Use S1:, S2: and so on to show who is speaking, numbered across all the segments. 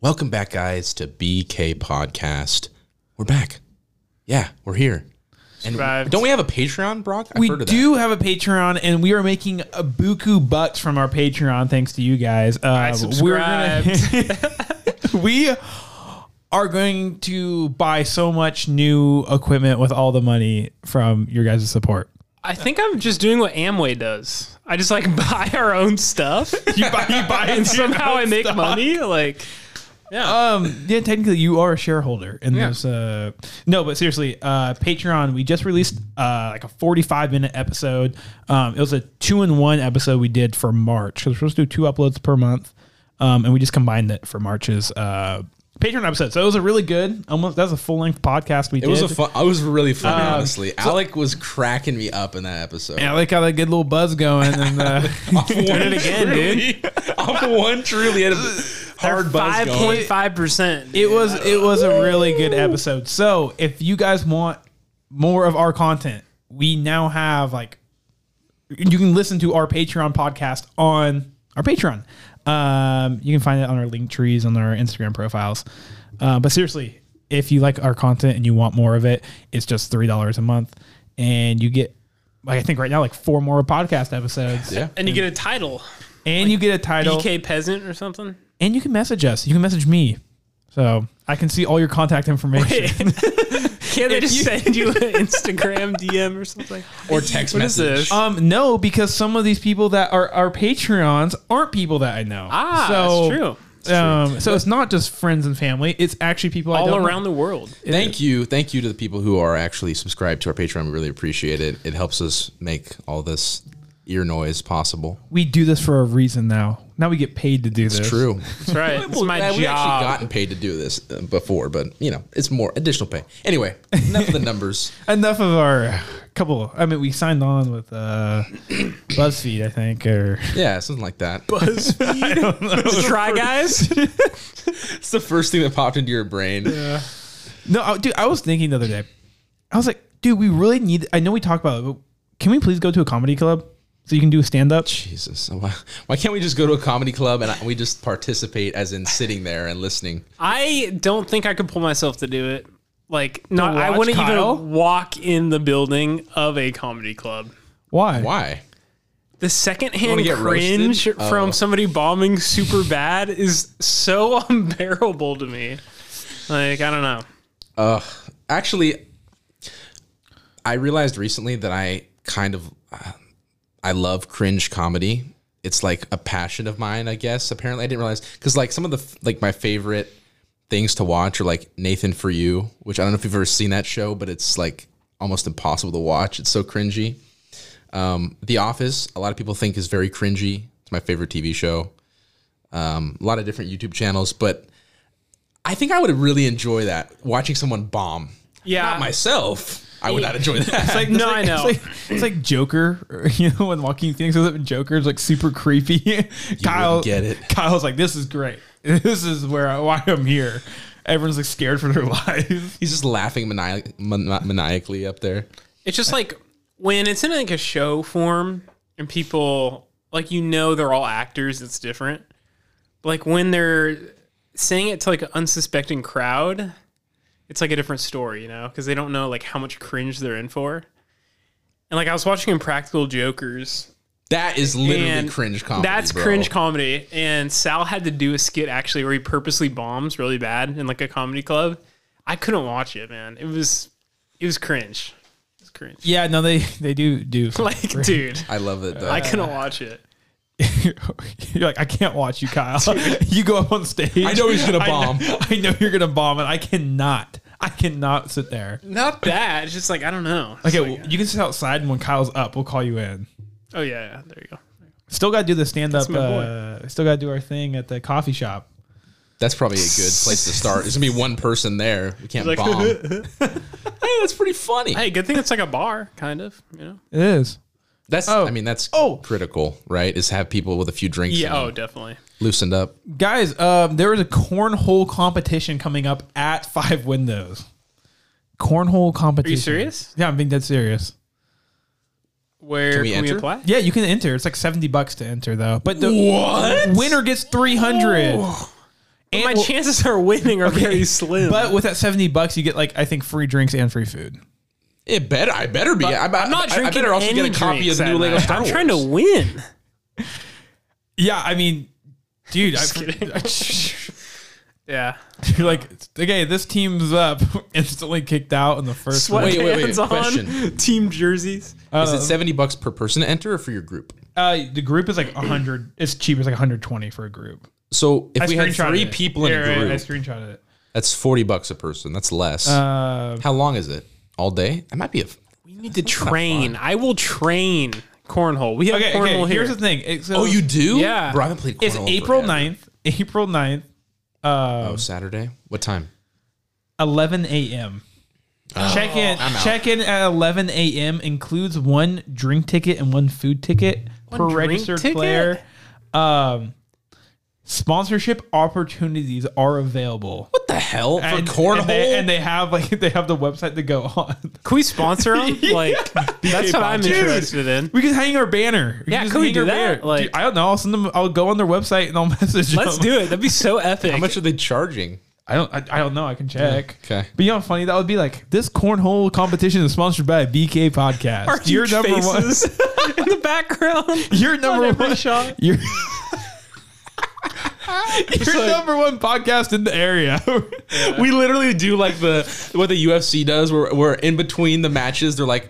S1: Welcome back, guys, to BK Podcast. We're back. Yeah, we're here. And
S2: Survived.
S1: don't we have a Patreon, Brock? I've
S2: we
S1: heard of
S2: do have a Patreon, and we are making a buku bucks from our Patreon thanks to you guys. Uh, I we are going to buy so much new equipment with all the money from your guys' support.
S3: I think I'm just doing what Amway does. I just like buy our own stuff.
S2: You buy, you buy
S3: and somehow I make money. Like,
S2: Um, yeah, technically you are a shareholder in
S3: Yeah.
S2: this. Uh, no, but seriously, uh, Patreon. We just released uh, like a forty-five minute episode. Um, it was a two-in-one episode we did for March because we're supposed to do two uploads per month, um, and we just combined it for March's uh, Patreon episode. So it was a really good, almost that was a full-length podcast we
S1: It
S2: did.
S1: was a fun. I was really funny,
S3: Uh,
S1: honestly. Alec was cracking me up in that episode.
S2: I like how that good little buzz going, and uh,
S1: Did
S3: it again,
S1: dude. Off of one, truly had a hard buzz
S3: five
S1: going.
S3: point five percent.
S2: It was it was a really good episode. So if you guys want more of our content, we now have like you can listen to our Patreon podcast on our Patreon. Um, you can find it on our link trees on our Instagram profiles. Uh, but seriously, if you like our content and you want more of it, it's just three dollars a month, and you get like I think right now like four more podcast episodes,
S1: Yeah.
S3: and you get a title,
S2: and you get a title,
S3: BK peasant or something.
S2: and you can message us. You can message me, so I can see all your contact information.
S3: Can they just send you an Instagram DM or something?
S1: Or text
S3: What is
S1: message.
S3: this?
S2: Um, no, because some of these people that are our Patreons aren't people that I know.
S3: Ah,
S2: so,
S3: that's true.
S2: Um, so it's not just friends and family; it's actually people I
S3: All
S2: don't
S3: around
S2: Know.
S3: the world.
S1: Thank you, thank you to the people who are actually subscribed to our Patreon. We really appreciate it. It helps us make all this ear noise possible.
S2: We do this for a reason now. Now we get paid to do this.
S1: True.
S3: That's right. It's my
S1: Yeah, we
S3: job.
S1: actually gotten paid to do this uh, before, but you know, it's more additional pay. Anyway, enough of the numbers.
S2: Enough of our couple. I mean, we signed on with uh, BuzzFeed, I think, or
S1: Yeah, something like that. But
S3: Try guys.
S1: it's the first thing that popped into your brain.
S2: no, I, dude. I was thinking the other day. I was like, dude, we really need. I know we talk about it, but can we please go to a comedy club so you can do stand up?
S1: Jesus, why, why can't we just go to a comedy club and we just participate, as in sitting there and listening?
S3: I don't think I could pull myself to do it. Like, not. I
S2: watch
S3: wouldn't
S2: Kyle?
S3: even walk in the building of a comedy club.
S2: Why?
S1: Why?
S3: The secondhand
S1: get
S3: cringe
S1: roasted?
S3: from
S1: Oh.
S3: somebody bombing super bad is so unbearable to me. Like, I don't know.
S1: Actually, I realized recently that I kind of uh, I love cringe comedy. It's like a passion of mine, I guess. Apparently, I didn't realize because like some of the f- like my favorite things to watch are like Nathan for You, which I don't know if you've ever seen that show, but it's like almost impossible to watch. It's so cringy. Um, the Office, a lot of people think is very cringy. It's my favorite TV show. Um, a lot of different YouTube channels, but I think I would really enjoy that watching someone bomb.
S3: Yeah.
S1: Not myself. I would not enjoy that.
S2: It's like,
S3: No,
S2: it's like-
S3: I know.
S2: It's like, it's like Joker, or, you know, when Joaquin Phoenix was up in Joker, it's like super creepy. Kyle
S1: wouldn't get it.
S2: Kyle's like, this is great. This is where I, why I'm here. Everyone's like scared for their lives.
S1: He's just laughing maniac- man- maniacally up there.
S3: It's just like when it's in like a show form and people like you know they're all actors, it's different. But like when they're saying it to like an unsuspecting crowd, it's like a different story, you know, because they don't know like how much cringe they're in for. And like I was watching Impractical Jokers
S1: That is literally
S3: and
S1: cringe comedy.
S3: That's
S1: bro.
S3: cringe comedy. And Sal had to do a skit actually where he purposely bombs really bad in like a comedy club. I couldn't watch it, man. It was it was cringe. It's cringe.
S2: Yeah, no, they they do do.
S3: Like, dude,
S1: I love it though.
S3: I couldn't watch it.
S2: you're like, I can't watch you, Kyle. you go up on stage.
S1: I know he's gonna
S2: I know-
S1: bomb.
S2: I know, you're gonna bomb, and I cannot. I cannot sit there.
S3: Not that. It's just like I don't know. It's
S2: Okay,
S3: like-
S2: well, you can sit outside, and when Kyle's up, we'll call you in.
S3: oh yeah, yeah. There you go.
S2: Still got to do the stand up.
S3: my boy.
S2: Uh, still got to do our thing at the coffee shop.
S1: That's probably a good place to start. There's gonna be one person there. We can't
S3: Like-
S1: bomb. hey, that's pretty funny.
S3: Hey, good thing it's like a bar, kind of. You know.
S2: It is.
S1: that's
S2: oh,
S1: I mean that's
S2: oh.
S1: critical, right? Is have people with a few drinks
S3: Yeah.
S1: in
S3: Oh,
S1: them
S3: definitely.
S1: loosened up.
S2: Guys, um, there is a cornhole competition coming up at Five Windows. Cornhole competition.
S3: serious?
S2: Yeah, I'm being dead serious.
S3: Where can
S1: we
S3: we,
S1: enter?
S3: apply?
S2: Yeah, you can enter. It's like 70 bucks to enter, though. But the winner gets 300. And
S3: my
S2: well-
S3: chances are winning are very slim.
S2: But with that 70 bucks, you get like, I think free drinks and free food.
S1: It better. I better be. I,
S3: I'm not
S1: I-
S3: drinking.
S1: I better also
S3: any
S1: get a copy
S3: drinks
S1: of New
S3: that
S1: Lego
S3: night.
S1: Star
S3: I'm
S1: Wars.
S3: trying to win.
S2: Yeah. I mean, dude, I,
S3: Yeah.
S2: you're like, okay, this team's up. Instantly kicked out in the first
S3: Sweatpants
S1: wait, wait,
S3: on.
S1: question.
S3: Team jerseys.
S1: Is it seventy bucks per person to enter or for your group?
S2: Uh, the group is like 100. It's cheaper. It's like 120 for a group.
S1: So if
S2: I
S1: we had
S2: screenshotted
S1: three
S2: it.
S1: people in
S2: Yeah,
S1: a
S2: right,
S1: group,
S2: I screenshotted it.
S1: that's forty bucks a person. That's less.
S2: Uh,
S1: How long is it? All day? That might be a.
S3: We need to train. I will train cornhole. We have
S2: okay,
S3: cornhole
S2: okay.
S3: here.
S2: Here's the thing. It's,
S1: Oh, you do?
S3: Yeah.
S1: Bro, I haven't played.
S2: It's
S1: cornhole in
S2: April
S1: forever.
S2: 9th. April 9th, uh,
S1: Oh, Saturday. What time?
S2: 11 a.m.
S1: Oh,
S2: check in. Check in at 11 a.m. includes one drink ticket and one food ticket per
S3: drink
S2: registered
S3: ticket?
S2: player. Um, sponsorship opportunities are available
S1: What the hell for
S2: and,
S1: cornhole?
S2: and they, and they have like they have the website to go on.
S3: Can we sponsor them? Like that's what I'm
S2: Dude.
S3: interested in.
S2: We can hang our banner. We
S3: Yeah,
S2: just
S3: can we
S2: hang
S3: do
S2: our
S3: that?
S2: Dude,
S3: Like-
S2: I don't know. I'll send them. I'll go on their website and I'll message
S3: Let's
S2: them.
S3: do it. That'd be so epic.
S1: How much are they charging?
S2: I don't. I, I don't know. I can check.
S1: Okay.
S2: But you know, how funny that would be like this cornhole competition is sponsored by BK Podcast.
S3: Our
S2: You're
S3: huge
S2: number one.
S3: faces in the background?
S2: You're number
S3: every
S2: one.
S3: shot.
S2: You're, You're number one podcast in the area.
S1: We literally do like the what the UFC does, where we're in between the matches. They're like,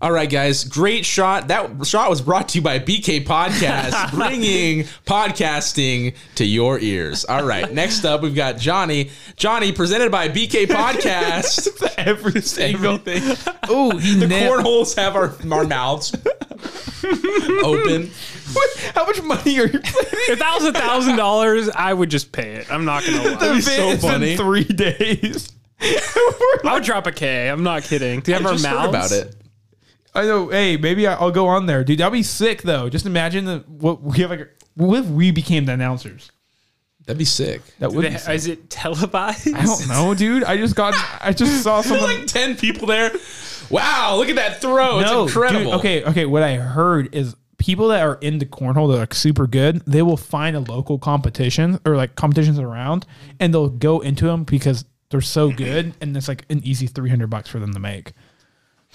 S1: "All right, guys, great shot. That shot was brought to you by BK Podcast, bringing podcasting to your ears." All right, next up we've got Johnny. Johnny presented by BK Podcast.
S2: Every single
S1: Everything.
S2: Oh, the
S1: Cornholes have our our mouths open.
S2: How much money are you playing?
S3: If that was a thousand dollars, I would just pay it. I'm not gonna lie.
S1: be so
S2: It's in
S1: funny.
S2: three days.
S3: I would drop a K. I'm not kidding. Do you have
S1: I
S3: our
S1: just heard about
S3: mouths?
S1: it.
S2: I know. Hey, maybe I- I'll go on there, dude. That'd be sick, though. Just imagine the, what we have. Like, what if we became the announcers?
S1: That'd be sick.
S2: That
S3: Do
S2: would.
S3: they-
S2: Be sick.
S3: Is it televised?
S2: I don't know, dude. I just got. I just saw someone.
S1: Like ten people there. Wow, look at that throw.
S2: no,
S1: it's incredible.
S2: Dude, okay, okay. What I heard is people that are into cornhole that are like super good, they will find a local competition or like competitions around, and they'll go into them because they're so good, and it's like an easy three hundred bucks for them to make.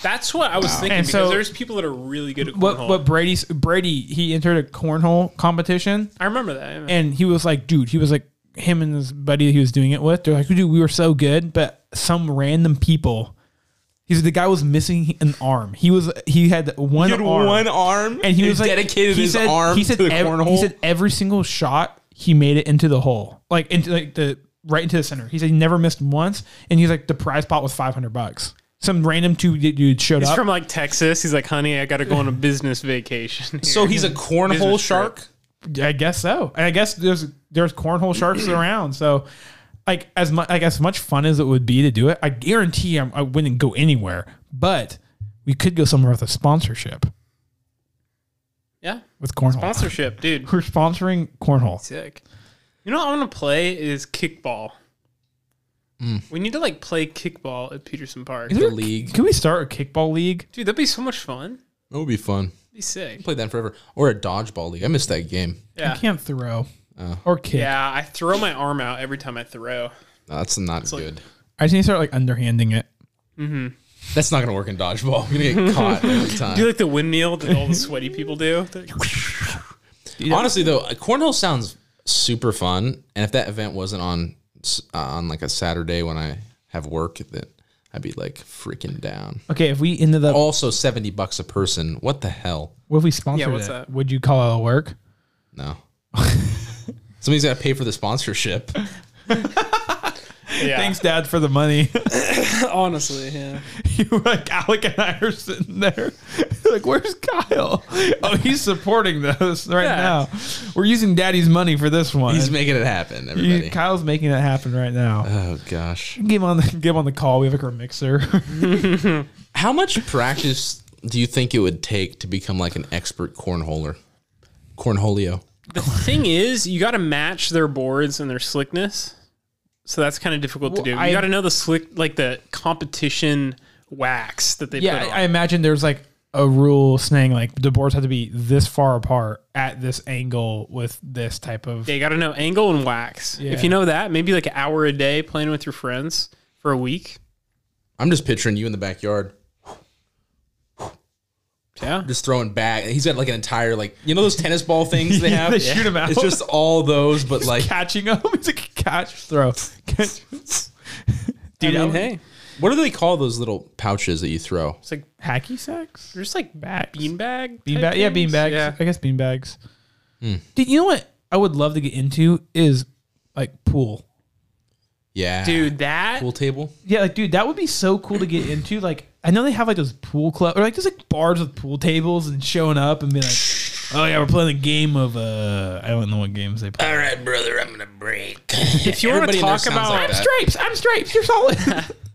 S3: That's what I was thinking
S2: And
S3: because
S2: so-
S3: there's people that are really good at cornhole.
S2: What what Brady's Brady he entered a cornhole competition,
S3: I remember that.
S2: and he was like, dude, he was like him and his buddy he was doing it with. They're like, dude, we were so good, but some random people. He's the guy was missing an arm. He was he had one
S1: He had
S2: arm.
S1: one arm,
S2: and he was like,
S1: dedicated
S2: he
S1: his
S2: said,
S1: arm
S2: he said
S1: to the
S2: ev-
S1: cornhole.
S2: He said every single shot he made it into the hole, like into like the right into the center. He said he never missed once, and he's like the prize pot was five hundred bucks. Some random two d- dude showed
S3: He's
S2: up.
S3: from like Texas. He's like, honey, I got to go on a business vacation.
S1: so he's a cornhole
S3: Business
S1: shark.
S2: I guess so. And I guess there's there's cornhole sharks around, so. Like as much like as much fun as it would be to do it, I guarantee I'm, I wouldn't go anywhere. But we could go somewhere with a sponsorship
S3: yeah,
S2: with cornhole.
S3: sponsorship, dude.
S2: We're sponsoring cornhole.
S3: Sick. You know what I want to play is kickball. We need to like play kickball at Peterson Park.
S1: The
S2: There-
S1: league.
S2: Can we start a kickball league?
S3: Dude, that'd be so much fun. That'd
S1: That would be fun.
S3: be sick.
S1: Played that forever. Or a dodgeball league. I missed that game.
S3: Yeah. Oh.
S2: I can't throw or kick.
S3: Yeah, I throw my arm out every time I throw.
S1: No, that's not good.
S2: I just need to start like underhanding it.
S1: that's not gonna work in dodgeball. I'm gonna get caught every
S3: Do
S1: time.
S3: like the windmill that all the sweaty people do.
S1: Honestly, though, cornhole sounds super fun. And if that event wasn't on s- uh, on like a Saturday when I have work, then I'd be like freaking down.
S2: Okay, if we ended up,
S3: Oh.
S1: Also, seventy bucks a person. What the hell?
S2: what if we sponsored
S3: what's
S2: it?
S3: that?
S2: Would you call it a work?
S1: No. Somebody's got to pay for the sponsorship.
S3: Yeah.
S2: Dad, for the money.
S3: Honestly, yeah.
S2: you were like Alec and I are sitting there, like, "Where's Kyle? Oh, he's supporting this right
S3: Yeah.
S2: now. We're using Daddy's money for this one.
S1: He's making it happen,
S2: You-
S1: everybody.
S2: Kyle's making that happen right now.
S1: Oh gosh.
S2: Give him on the give him on the call. We have like our mixer.
S1: How much practice do you think it would take to become like an expert cornholer? Cornholio.
S3: The thing is, you got to match their boards and their slickness. So that's kind of difficult to
S2: Well,
S3: do. You
S2: I-
S3: got to know the slick, like the competition wax that they
S2: yeah,
S3: put on.
S2: I, I imagine there's like a rule saying like the boards have to be this far apart at this angle with this type of
S3: Yeah, you got to know angle and wax.
S2: Yeah.
S3: If you know that, maybe like an hour a day playing with your friends for a week.
S1: I'm just picturing you in the backyard,
S3: Yeah.
S1: just throwing back. He's got like an entire like you know those tennis ball things they have.
S2: They shoot 'em out.
S1: It's just all those, but like,
S2: catching them. It's like a catch throw. Catch-
S3: Dude,
S2: I mean,
S3: hey.
S1: what do they call those little pouches that you throw?
S3: It's like,
S2: Hacky sacks?
S3: there's like
S2: Bags.
S3: beanbag.
S2: Bean
S3: type
S2: bag, yeah,
S3: things.
S2: bean bags.
S3: Yeah.
S2: I guess bean bags. Dude, you know what I would love to get into is like pool.
S1: Yeah,
S3: Dude, that
S1: Pool table.
S2: Yeah, like dude, that would be so cool to get into. Like, I know they have like those pool club or like there's like bars with pool tables and showing up and being like, oh yeah, we're playing a game of uh, I don't know what games they play.
S1: All right, brother, I'm gonna break.
S3: if you want
S1: Everybody
S3: to
S1: in there
S3: talk
S1: sounds
S3: about
S1: like that.
S2: Stripes, I'm stripes. You're solid.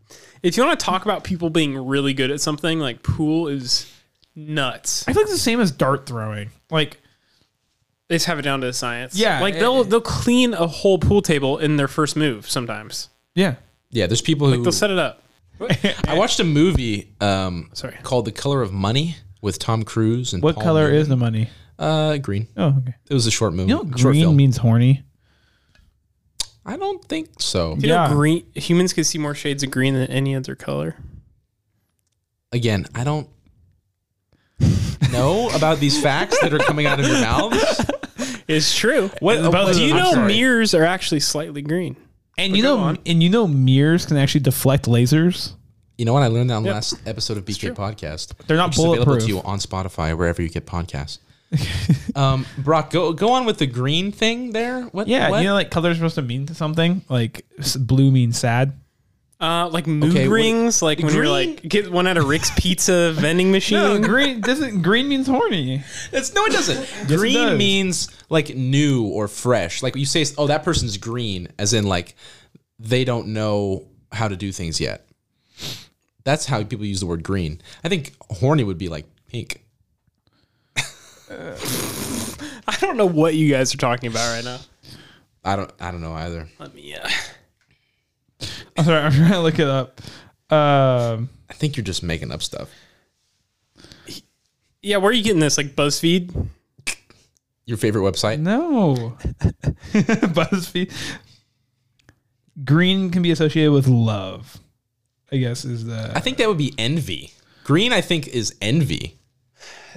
S3: if you want to talk about people being really good at something, like pool is nuts.
S2: I feel like it's the same as dart throwing. Like,
S3: They just have it down to the science.
S2: Yeah,
S3: like
S2: eh,
S3: they'll
S2: eh.
S3: they'll clean a whole pool table in their first move sometimes.
S2: yeah,
S1: Yeah, there's people who
S3: They'll set it up.
S1: I watched a movie um,
S3: Sorry.
S1: called The Color of Money with Tom Cruise and
S2: what
S1: Paul
S2: color
S1: Newman.
S2: is the money?
S1: uh green?
S2: Oh, okay.
S1: It was a short movie.
S2: You know,
S1: short
S2: green
S1: film.
S2: means horny.
S1: I don't think so.
S3: Do you
S2: Yeah.
S3: know green humans can see more shades of green than any other color?
S1: Again, I don't know about these facts that are coming out of your mouths.
S3: It's true.
S2: What-
S3: But
S2: what-
S3: do you
S2: I'm
S3: know
S2: sorry.
S3: mirrors are actually slightly green?
S2: And you
S3: go
S2: know,
S3: on.
S2: and you know, mirrors can actually deflect lasers.
S1: You know what? I learned that on the last episode of BK Podcast.
S2: They're not
S1: which is available
S2: bulletproof.
S1: to you on Spotify or wherever you get podcasts. um, Brock, go go on with the green thing there. What?
S2: Yeah,
S1: what?
S2: you know, like colors supposed to mean to something. Like s- blue means sad.
S3: Uh, like mood
S1: Okay, what-
S3: rings, like when you're
S1: Green-
S3: like get one out of Rick's pizza vending machine.
S2: green doesn't. Green means horny.
S1: It's no, it doesn't. green
S2: does.
S1: means like new or fresh. Like you say, oh, that person's green, as in like they don't know how to do things yet. That's how people use the word green. I think horny would be like pink.
S3: I don't know what you guys are talking about right now.
S1: I don't. I don't know either.
S3: Let me. Uh,
S2: I'm sorry, I'm trying to look it up. Um,
S1: I think you're just making up stuff.
S3: yeah, where are you getting this? Like BuzzFeed?
S1: Your favorite website?
S2: no, Buzzfeed. Green can be associated with love. I guess is
S1: I
S2: the
S1: think that would be envy. Green, I think, is envy.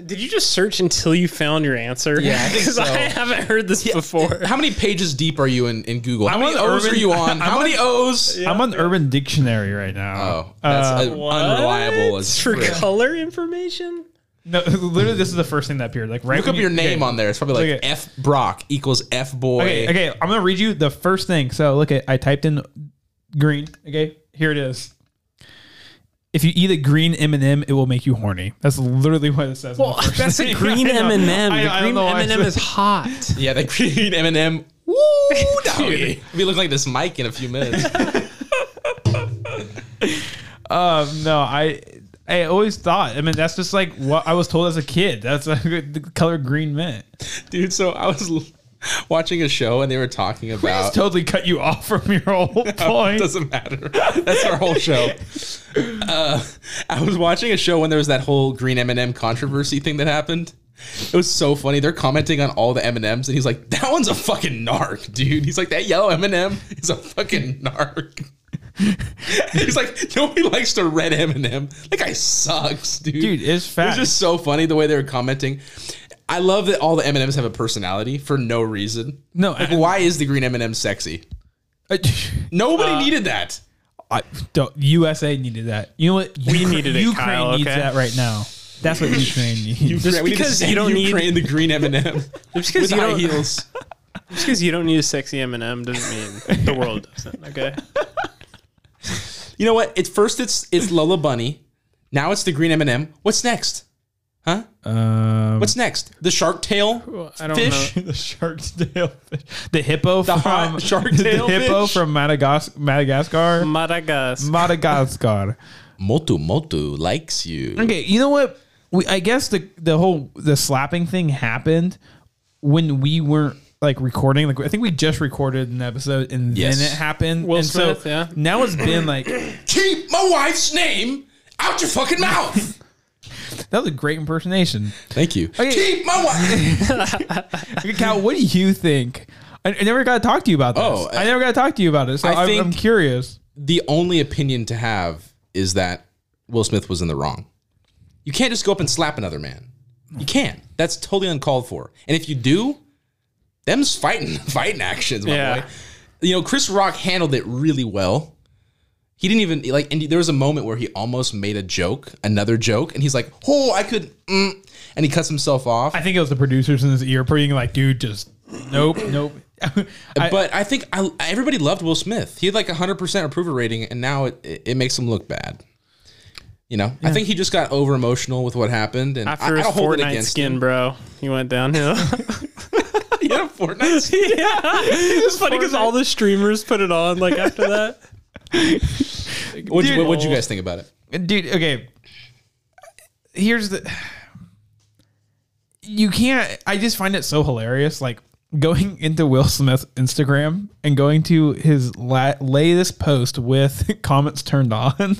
S3: Did you just search until you found your answer?
S1: Yeah, I think
S3: 'Cause
S1: so.
S3: I haven't heard this before.
S1: How many pages deep are you in, in Google? How
S2: I'm
S1: many
S2: on
S1: O's
S2: Urban-
S1: are you on?
S2: I'm
S1: How many O's?
S2: I'm on Urban Dictionary right now.
S1: Oh, that's uh, unreliable
S3: What?
S1: as
S3: for
S1: frick.
S3: color information.
S2: No, literally, this is the first thing that appeared. Like, right
S1: Look
S2: when
S1: up your
S2: you-
S1: name
S2: okay.
S1: on there. It's probably like
S2: Okay.
S1: F Brock equals F boy.
S2: Okay, okay, I'm gonna read you the first thing. So look at I typed in green. Okay, here it is. If you eat a green M and m it will make you horny. That's literally what it says. in the first
S3: that's a
S2: thing.
S3: green
S2: I know.
S3: M and M.
S2: I-
S3: The
S2: I don't
S3: green
S2: know why I
S3: M and M
S2: said-
S3: is hot.
S1: Yeah, the green M and M. Woo, doggy. We look like this mic in a few minutes.
S2: Um, no, I I always thought. I mean, that's just like what I was told as a kid. That's like what the color green meant.
S1: Dude, so I was l- watching a show and they were talking
S2: Just
S1: about.
S2: totally cut you off from your whole point.
S1: Doesn't matter. That's our whole show. Uh, I was watching a show when there was that whole green M and M controversy thing that happened. It was so funny. They're commenting on all the M and M's, and he's like, "That one's a fucking narc, dude." He's like, "That yellow M and M is a fucking narc." he's like, "Nobody likes the red M and M. That guy sucks, dude."
S2: Dude, it's
S1: It was
S2: fact.
S1: just so funny the way they were commenting. I love that all the M and M's have a personality for no reason.
S2: No,
S1: like
S2: I-
S1: why is the green M and M sexy?
S3: Uh,
S1: Nobody needed that.
S2: I don't, USA needed that. You know what? We
S3: needed it,
S2: Ukraine
S3: Kyle,
S2: needs
S3: okay?
S2: that right now. That's what Ukraine needs.
S1: Just
S3: because you don't need-
S1: Ukraine the green M and M
S3: Just
S1: with
S3: because you
S1: high
S3: don't,
S1: heels.
S3: just 'cause you don't need a sexy M and M doesn't mean the world doesn't. Okay.
S1: You know what? At first it's it's Lola Bunny, now it's the green M and M. What's next? Huh?
S2: Um,
S1: What's next? The shark tail.
S3: Well, I don't
S1: Fish?
S3: know.
S2: the shark's tail fish? The hippo
S1: hot
S2: from
S1: shark
S2: the
S1: tail
S2: hippo
S1: fish?
S2: from Madagas-
S3: Mm.
S2: Madagascar.
S3: Madagascar.
S2: Madagascar.
S1: Motu Motu likes you.
S2: okay, you know what? We I guess the the whole the slapping thing happened when we weren't like recording. Like I think we just recorded an episode and
S1: Yes.
S2: then it happened.
S3: Will
S2: and
S3: Smith,
S2: so
S3: yeah.
S2: now it's been like
S1: Keep my wife's name out your fucking mouth.
S2: That was a great impersonation.
S1: Thank you.
S2: Okay.
S1: Keep my wife.
S2: Okay, Cal, what do you think? I, I never got to talk to you about this.
S1: Oh,
S2: I never got to talk to you about it. So
S1: I
S2: I am
S1: think-
S2: I'm curious.
S1: the only opinion to have is that Will Smith was in the wrong. You can't just go up and slap another man. You can't. That's totally uncalled for. And if you do, them's fighting fighting actions, my
S3: Yeah.
S1: boy. You know, Chris Rock handled it really well. He didn't even like, and there was a moment where he almost made a joke, another joke, and he's like, "Oh, I could," mm, and he cuts himself off.
S2: I think it was the producers in his ear being like, dude, just nope, nope. I,
S1: Uh, but I think I, everybody loved Will Smith. He had like a hundred percent approval rating, and now it, it, it makes him look bad. You know, I think he just got over emotional with what happened, and
S3: After
S1: I, I
S3: his
S1: don't hold it
S3: Fortnite
S1: against
S3: skin, bro, he went downhill.
S1: him. He had a Fortnite skin.
S3: yeah, it's funny because all the streamers put it on. Like after that,
S1: What'd, you,
S2: Dude.
S1: what'd you guys think about it?
S2: dude, okay. Here's the. You can't. I just find it so hilarious. Like going into Will Smith's Instagram and going to his la- latest post with comments turned on.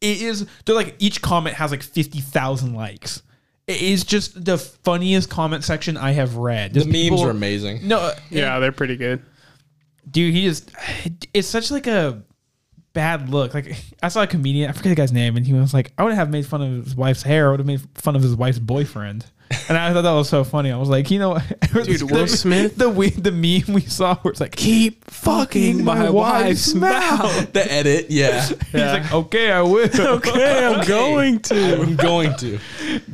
S2: It is. They're like each comment has like fifty thousand likes. It is just the funniest comment section I have read.
S1: The memes are amazing.
S2: No,
S3: yeah, they're pretty good.
S2: dude he just it's such like a bad look like i saw a comedian i forget the guy's name and he was like i would have made fun of his wife's hair i would have made fun of his wife's boyfriend and i thought that was so funny i was like you know dude
S3: Will Smith?
S2: the, we the meme we saw where it's like keep fucking my, wife's mouth
S1: The edit, yeah.
S3: Yeah.
S2: he's like okay i will
S3: Okay, I'm going to.
S1: I'm going to.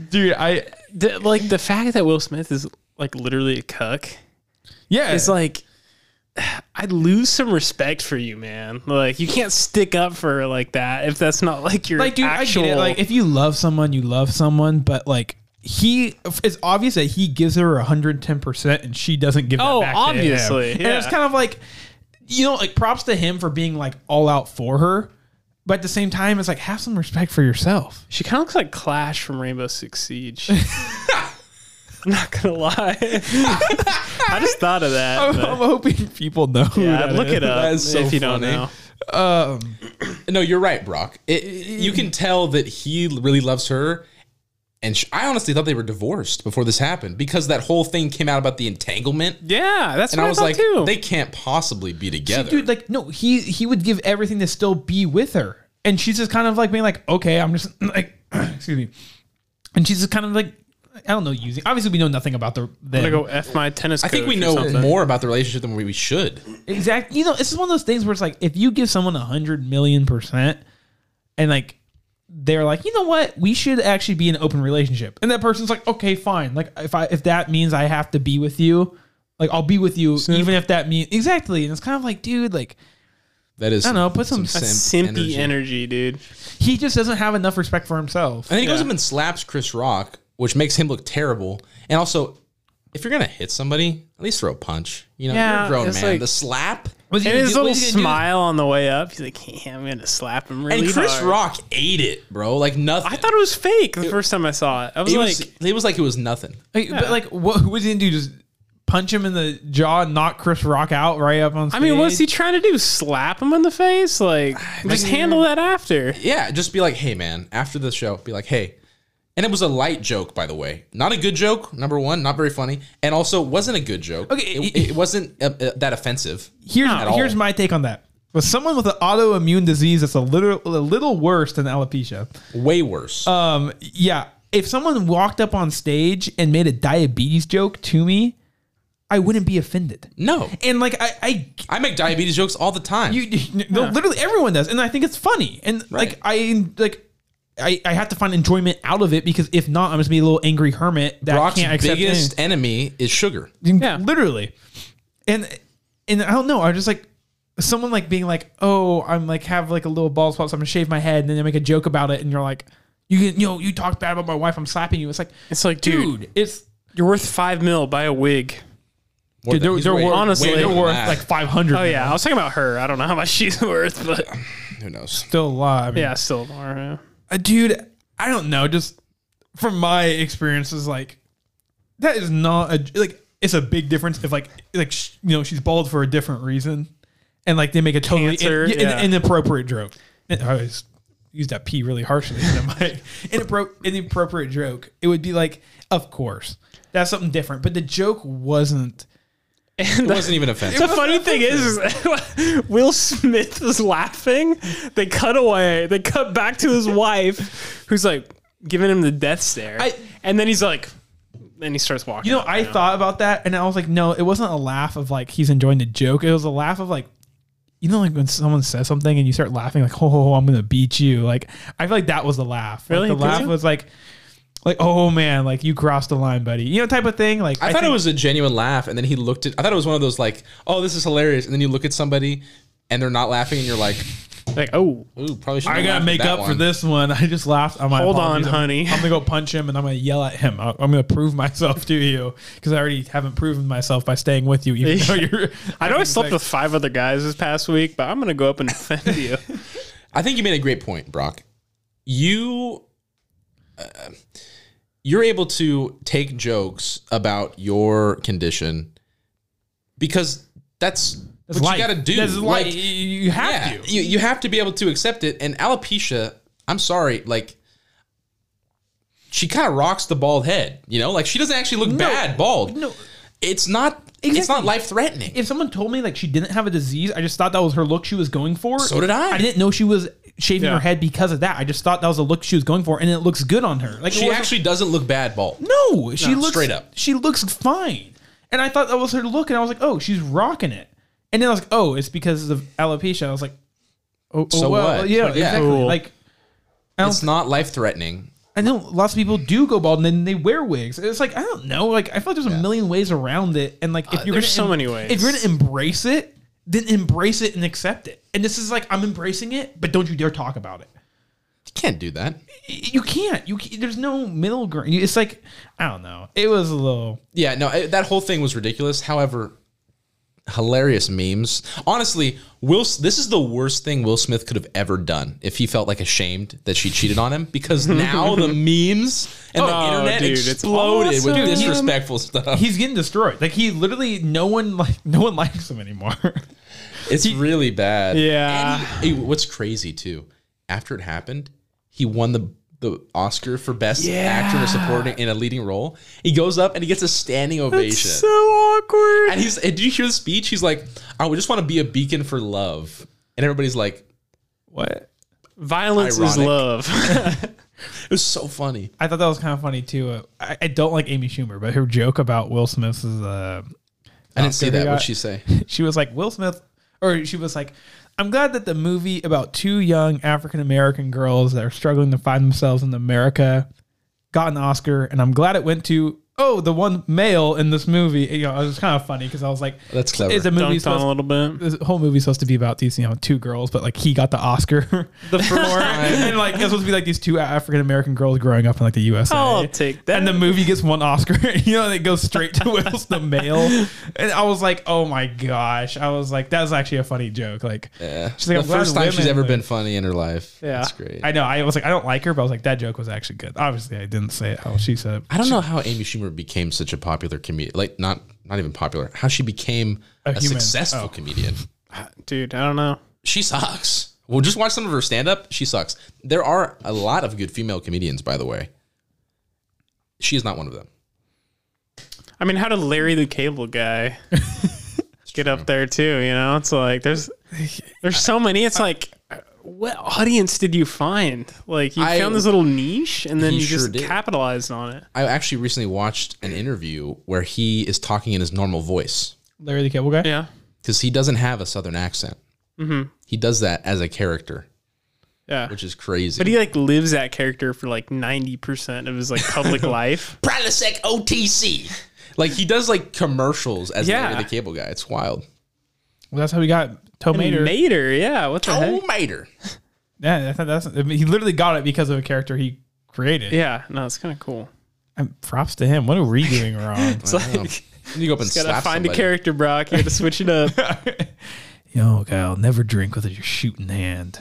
S2: dude i
S3: The- like the fact that Will Smith is like literally a cuck.
S2: yeah
S3: It's like I lose some respect for you, man. Like you can't stick up for her like that if that's not like your
S2: like dude
S3: actual.
S2: i get it like if you love someone you love someone but like he it's obvious that he gives her 110% and she doesn't give
S3: Oh,
S2: that back
S3: obviously,
S2: to him. and it's
S3: yeah.
S2: kind of like you know like props to him for being like all out for her but at the same time it's like have some respect for yourself
S3: she kind of looks like Clash from Rainbow Six Siege. not gonna lie, I just thought of that.
S2: i'm,
S3: but-
S2: I'm hoping people know who
S3: Yeah,
S2: that
S3: look
S2: is.
S3: it up
S1: Oh, That is so
S3: if you don't
S1: funny.
S3: know.
S2: um
S1: No, you're right, Brock. It, you can tell that he really loves her. And sh I honestly thought they were divorced before this happened because that whole thing came out about the entanglement.
S3: Yeah, that's
S1: And
S3: what
S1: I
S3: I,
S1: was
S3: thought
S1: like,
S3: too.
S1: they can't possibly be together.
S2: dude like no he he would give everything to still be with her and she's just kind of like being like okay i'm just like excuse me and she's just kind of like i don't know using obviously we know nothing about the
S3: I'm
S2: them.
S3: gonna go f my tennis.
S1: I think we know more about the relationship than we should.
S2: exactly you know this is one of those things where it's like if you give someone a hundred million percent and like they're like you know what we should actually be in an open relationship and that person's like okay fine like if i if that means i have to be with you like i'll be with you even if that means exactly and it's kind of like dude like
S1: That is,
S2: I don't know, put some-
S1: simp
S3: Simpy energy. dude.
S2: he just doesn't have enough respect for himself
S1: And then he goes up and slaps Chris Rock, which makes him look terrible. And also, if you're gonna hit somebody, at least throw a punch. You know, you're
S3: Yeah,
S1: a grown
S3: it's
S1: man.
S3: like-
S1: the slap.
S2: Was he
S3: And
S2: gonna
S3: his
S2: do-
S3: little
S2: was he gonna do-
S3: smile on the way up, he's like, "Yeah, I'm gonna slap him really
S1: And Chris
S3: hard."
S1: Rock ate it, bro. Like nothing.
S3: I thought it was fake the first time I saw it. I was
S1: it
S3: like,
S1: was, it was like it was nothing.
S2: Like, But like, what was he gonna do? Just punch him in the jaw and knock Chris Rock out right up on
S3: I
S2: stage?
S3: mean, what's he trying to do? Slap him in the face? Like, just handle that after.
S1: Yeah, just be like, hey man, after the show, be like, hey. And it was a light joke, by the way. Not a good joke, number one, not very funny, and also wasn't a good joke.
S2: Okay,
S1: it,
S2: it-
S1: it wasn't uh, uh, that offensive.
S2: Here's
S1: at all.
S2: here's my take on that. With someone with an autoimmune disease that's a little a little worse than alopecia.
S1: Way worse.
S2: Um, yeah. If someone walked up on stage and made a diabetes joke to me, I wouldn't be offended.
S1: no,
S2: And like I, I
S1: I make diabetes jokes all the time.
S2: You, you no, literally everyone does, and I think it's funny. And like
S1: Right.
S2: I like. I, I have to find enjoyment out of it because if not, I'm just be a little angry hermit that
S1: Brock's
S2: can't accept
S1: biggest enemy is sugar.
S2: anything.
S3: Yeah.
S2: Literally, and and I don't know. I just like someone like being like, oh, I'm like have like a little bald spot, so I'm gonna shave my head, and then they make a joke about it, and you're like, you can, you know, you talked bad about my wife, I'm slapping you. It's like,
S3: It's like, dude,
S2: dude, it's
S3: you're worth five mil. Buy a wig.
S1: More
S2: dude,
S1: than-
S2: they're,
S1: he's
S2: they're
S1: way-
S2: worth,
S3: honestly,
S1: way
S2: they're
S1: more than
S2: worth
S1: that.
S2: like 500.
S3: Oh yeah, I was talking about her. I don't know how much she's worth, but
S1: who knows?
S2: still alive.
S3: yeah, still more. yeah.
S2: Uh, dude, I don't know. Just from my experiences, like that is not a like. It's a big difference if like like sh- you know she's bald for a different reason, and like they make a totally
S3: Cancer,
S2: in- yeah,
S3: yeah.
S2: an inappropriate joke. It- I was- used that P really harshly in my inappro- inappropriate joke, it would be like, of course. That's something different. But the joke wasn't
S1: It wasn't even
S3: The
S1: offensive.
S3: funny thing is, is Will Smith is laughing. They cut away. They cut back to his wife, who's like giving him the death stare,
S2: I-
S3: and then he's like, then he starts walking.
S2: You know,
S3: out,
S2: I thought about that and I was like, no, it wasn't a laugh of like he's enjoying the joke. It was a laugh of like, you know, like when someone says something and you start laughing, like, oh, oh, oh, I'm gonna beat you. Like, I feel like that was the laugh. Like,
S3: Really? You
S2: the
S3: think
S2: laugh
S3: so?
S2: was like, like, oh man, like you crossed the line, buddy. You know, type of thing. Like,
S1: I thought
S2: think-
S1: it was a genuine laugh, and then he looked at. I thought it was one of those like, "Oh, this is hilarious," and then you look at somebody, and they're not laughing, and you're like,
S3: like, oh,
S1: "Ooh, probably should."
S2: I gotta make up for this one. I just laughed. I'm
S3: Hold on, honey.
S2: I'm, gonna go punch him and I'm gonna yell at him. I- I'm gonna prove myself to you because I already haven't proven myself by staying with you. Even though you're,
S3: I know I slept
S2: like-
S3: with five other guys this past week, but I'm gonna go up and defend you.
S1: I think you made a great point, Brock. You, uh, you're able to take jokes about your condition because that's what
S2: life.
S1: you got to do.
S2: That's
S1: Like,
S2: life. You- you have
S1: yeah,
S2: to.
S1: you you have to be able to accept it. And alopecia, I'm sorry, like. She kind of rocks the bald head, you know. Like she doesn't actually look bad bald.
S2: No.
S1: it's not. It's not life threatening.
S2: if someone told me like she didn't have a disease, I just thought that was her look she was going for.
S1: So did I.
S2: I didn't know she was shaving
S3: Yeah.
S2: her head because of that. I just thought that was the look she was going for, and it looks good on her. Like it
S1: She
S2: wasn't-
S1: actually doesn't look bad bald.
S2: no, she looks
S1: straight up.
S2: She looks fine, and I thought that was her look, and I was like, oh, she's rocking it. And then I was like, oh, it's because of alopecia. I was like, oh, oh,
S1: So
S2: well,
S1: what?
S2: Yeah,
S1: Like, yeah.
S2: exactly.
S1: Cool.
S2: Like
S1: It's not life threatening.
S2: I know lots of people do go bald and then they wear wigs. It's like I don't know. Like I feel like there's a million ways around it, and like if you're
S3: Uh, there's so
S2: gonna em-
S3: many ways.
S2: if you're gonna embrace it, then embrace it and accept it. And this is like I'm embracing it, but don't you dare talk about it.
S1: You can't do that.
S2: Y- You can't. You ca there's no middle ground. You- It's like I don't know. It was a little.
S1: Yeah, no, I- that whole thing was ridiculous. However, hilarious memes. Honestly, Will, S- this is the worst thing Will Smith could have ever done if he felt like ashamed that she cheated on him because now the memes and the
S3: Oh,
S1: internet
S3: dude, it's
S1: exploded with
S3: awesome.
S1: disrespectful stuff.
S2: He's getting destroyed. Like he literally, no one like no one likes him anymore.
S1: It's really bad.
S3: Yeah.
S1: And he- hey, what's crazy too? After it happened, he won the the Oscar for best actor in a supporting in a leading role. He goes up and he gets a standing ovation.
S3: so awkward.
S1: And he's, and did you hear the speech? He's like, I would just want to be a beacon for love. And everybody's like,
S2: what?
S3: Violence is
S1: Ironic.
S3: love.
S1: it was so funny.
S2: I thought that was kind of funny too. Uh, I, I don't like Amy Schumer, but her joke about Will Smith's uh,
S1: I didn't see
S2: Oscar he
S1: that.
S2: got.
S1: What'd she say?
S2: she was like Will Smith, or she was like, I'm glad that the movie about two young African American girls that are struggling to find themselves in America got an Oscar, and I'm glad it went to oh the one male in this movie. You know, it was kind of funny because I was like,
S1: That's clever.
S2: It's a movie.
S3: Dunked on a
S2: Supposed,
S3: little bit.
S2: this whole movie's supposed to be about these, you know, two girls, but like he got the Oscar the for it. and like it's supposed to be like these two African American girls growing up in like the USA.
S3: I'll take that.
S2: And the movie gets one Oscar, you know, and it goes straight to Will's the male. And I was like, oh my gosh. I was like, that was actually a funny joke. Like, she's like,
S1: the
S2: I'm glad
S1: first time she's
S2: women-
S1: ever been funny in her life.
S3: Yeah.
S1: That's great.
S2: I
S1: I,
S2: know. I was like, I don't like her, but I was like, that joke was actually good. Obviously, I didn't say it how she said it.
S1: don't know how Amy Schumer became such a popular comedian. Like, not not even popular. How she became a,
S2: human. Oh.
S1: successful comedian.
S3: Ah, Dude, I don't know.
S1: She sucks. Well, just watch some of her stand up. She sucks. There are a lot of good female comedians, by the way. She is not one of them.
S3: I mean, how did Larry the Cable Guy get up there too? You know, it's like there's there's so many. It's like what audience did you find? Like you
S1: I-
S3: found this little niche and then
S1: He
S3: you
S1: sure
S3: just
S1: did.
S3: capitalized on it.
S1: I actually recently watched an interview where he is talking in his normal voice.
S2: Larry the Cable Guy?
S3: Yeah,
S1: because he doesn't have a southern accent.
S3: Mm-hmm.
S1: He does that as a character,
S3: yeah.
S1: which is crazy.
S3: but he like lives that character for like ninety percent of his like public life.
S1: Prilosec OTC. Like he does like commercials as
S3: Yeah.
S1: Larry the Cable Guy. It's wild.
S2: Well, that's how we got Tomater.
S3: Mater, yeah. What the heck?
S1: Oh, Mater.
S2: Yeah, I thought that's, I mean, he literally got it because of a character he created.
S3: Yeah, no, it's kind of cool.
S2: And props to him. What are we doing wrong?
S3: It's like
S1: You go up and
S3: gotta
S1: slap
S3: find
S1: somebody.
S3: a character, Brock. You gotta switch it up.
S2: Yo, Kyle, never drink with your shooting hand.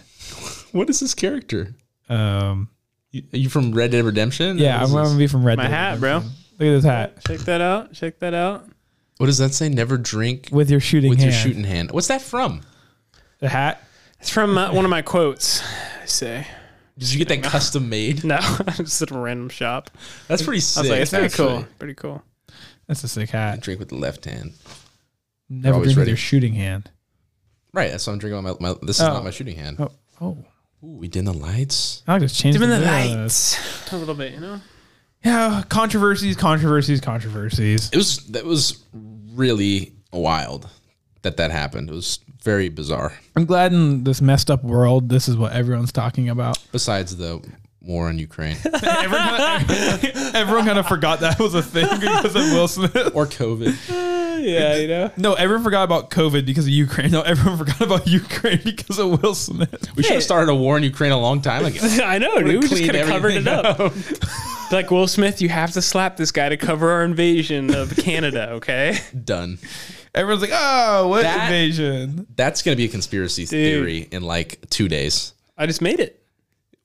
S1: What is this character?
S2: Um,
S1: You, are you from Red Dead Redemption?
S2: yeah,
S1: What
S2: I'm
S1: is
S2: gonna
S1: this?
S2: be from Red.
S3: My
S2: Dead
S3: hat, bro.
S2: Redemption. Look at this hat
S3: Check that out. Check that out.
S1: What does that say? Never drink with,
S2: with your shooting
S1: your
S2: hand.
S1: shooting hand. What's that from?
S2: The hat.
S3: It's from uh, one of my quotes. I say,
S1: Did you get that custom made?
S3: No, just at a random shop.
S1: That's pretty
S3: I
S1: sick.
S3: was like, it's pretty
S1: actually.
S3: cool. Pretty cool.
S2: That's a sick hat.
S1: Drink with the left hand.
S2: Never
S1: always
S2: drink with
S1: ready.
S2: your shooting hand.
S1: Right, that's what I'm drinking. with My, my this is
S2: Oh.
S1: not my shooting hand.
S2: Oh, oh.
S1: Ooh, we did the lights.
S2: I like to change
S3: Dim in the
S2: videos.
S3: lights a little bit, you know.
S2: Yeah, controversies, controversies, controversies.
S1: It was that was really wild that that happened. It was very bizarre.
S2: I'm glad in this messed up world, this is what everyone's talking about.
S1: Besides the war on Ukraine
S2: everyone, kind of, everyone kind of forgot that was a thing because of Will Smith.
S1: or COVID,
S3: Yeah, you know.
S2: No, everyone forgot about COVID because of Ukraine. No, everyone forgot about Ukraine because of Will Smith.
S1: we should have started a war in Ukraine a long time ago.
S3: I know, dude. We just
S1: cleaned
S3: could have covered it
S1: everything
S3: up. like Will Smith, you have to slap this guy to cover our invasion of Canada. Okay.
S1: Done.
S2: Everyone's like, oh, what
S1: That-
S2: invasion?
S1: That's gonna be a conspiracy theory in like two days.
S3: I just made it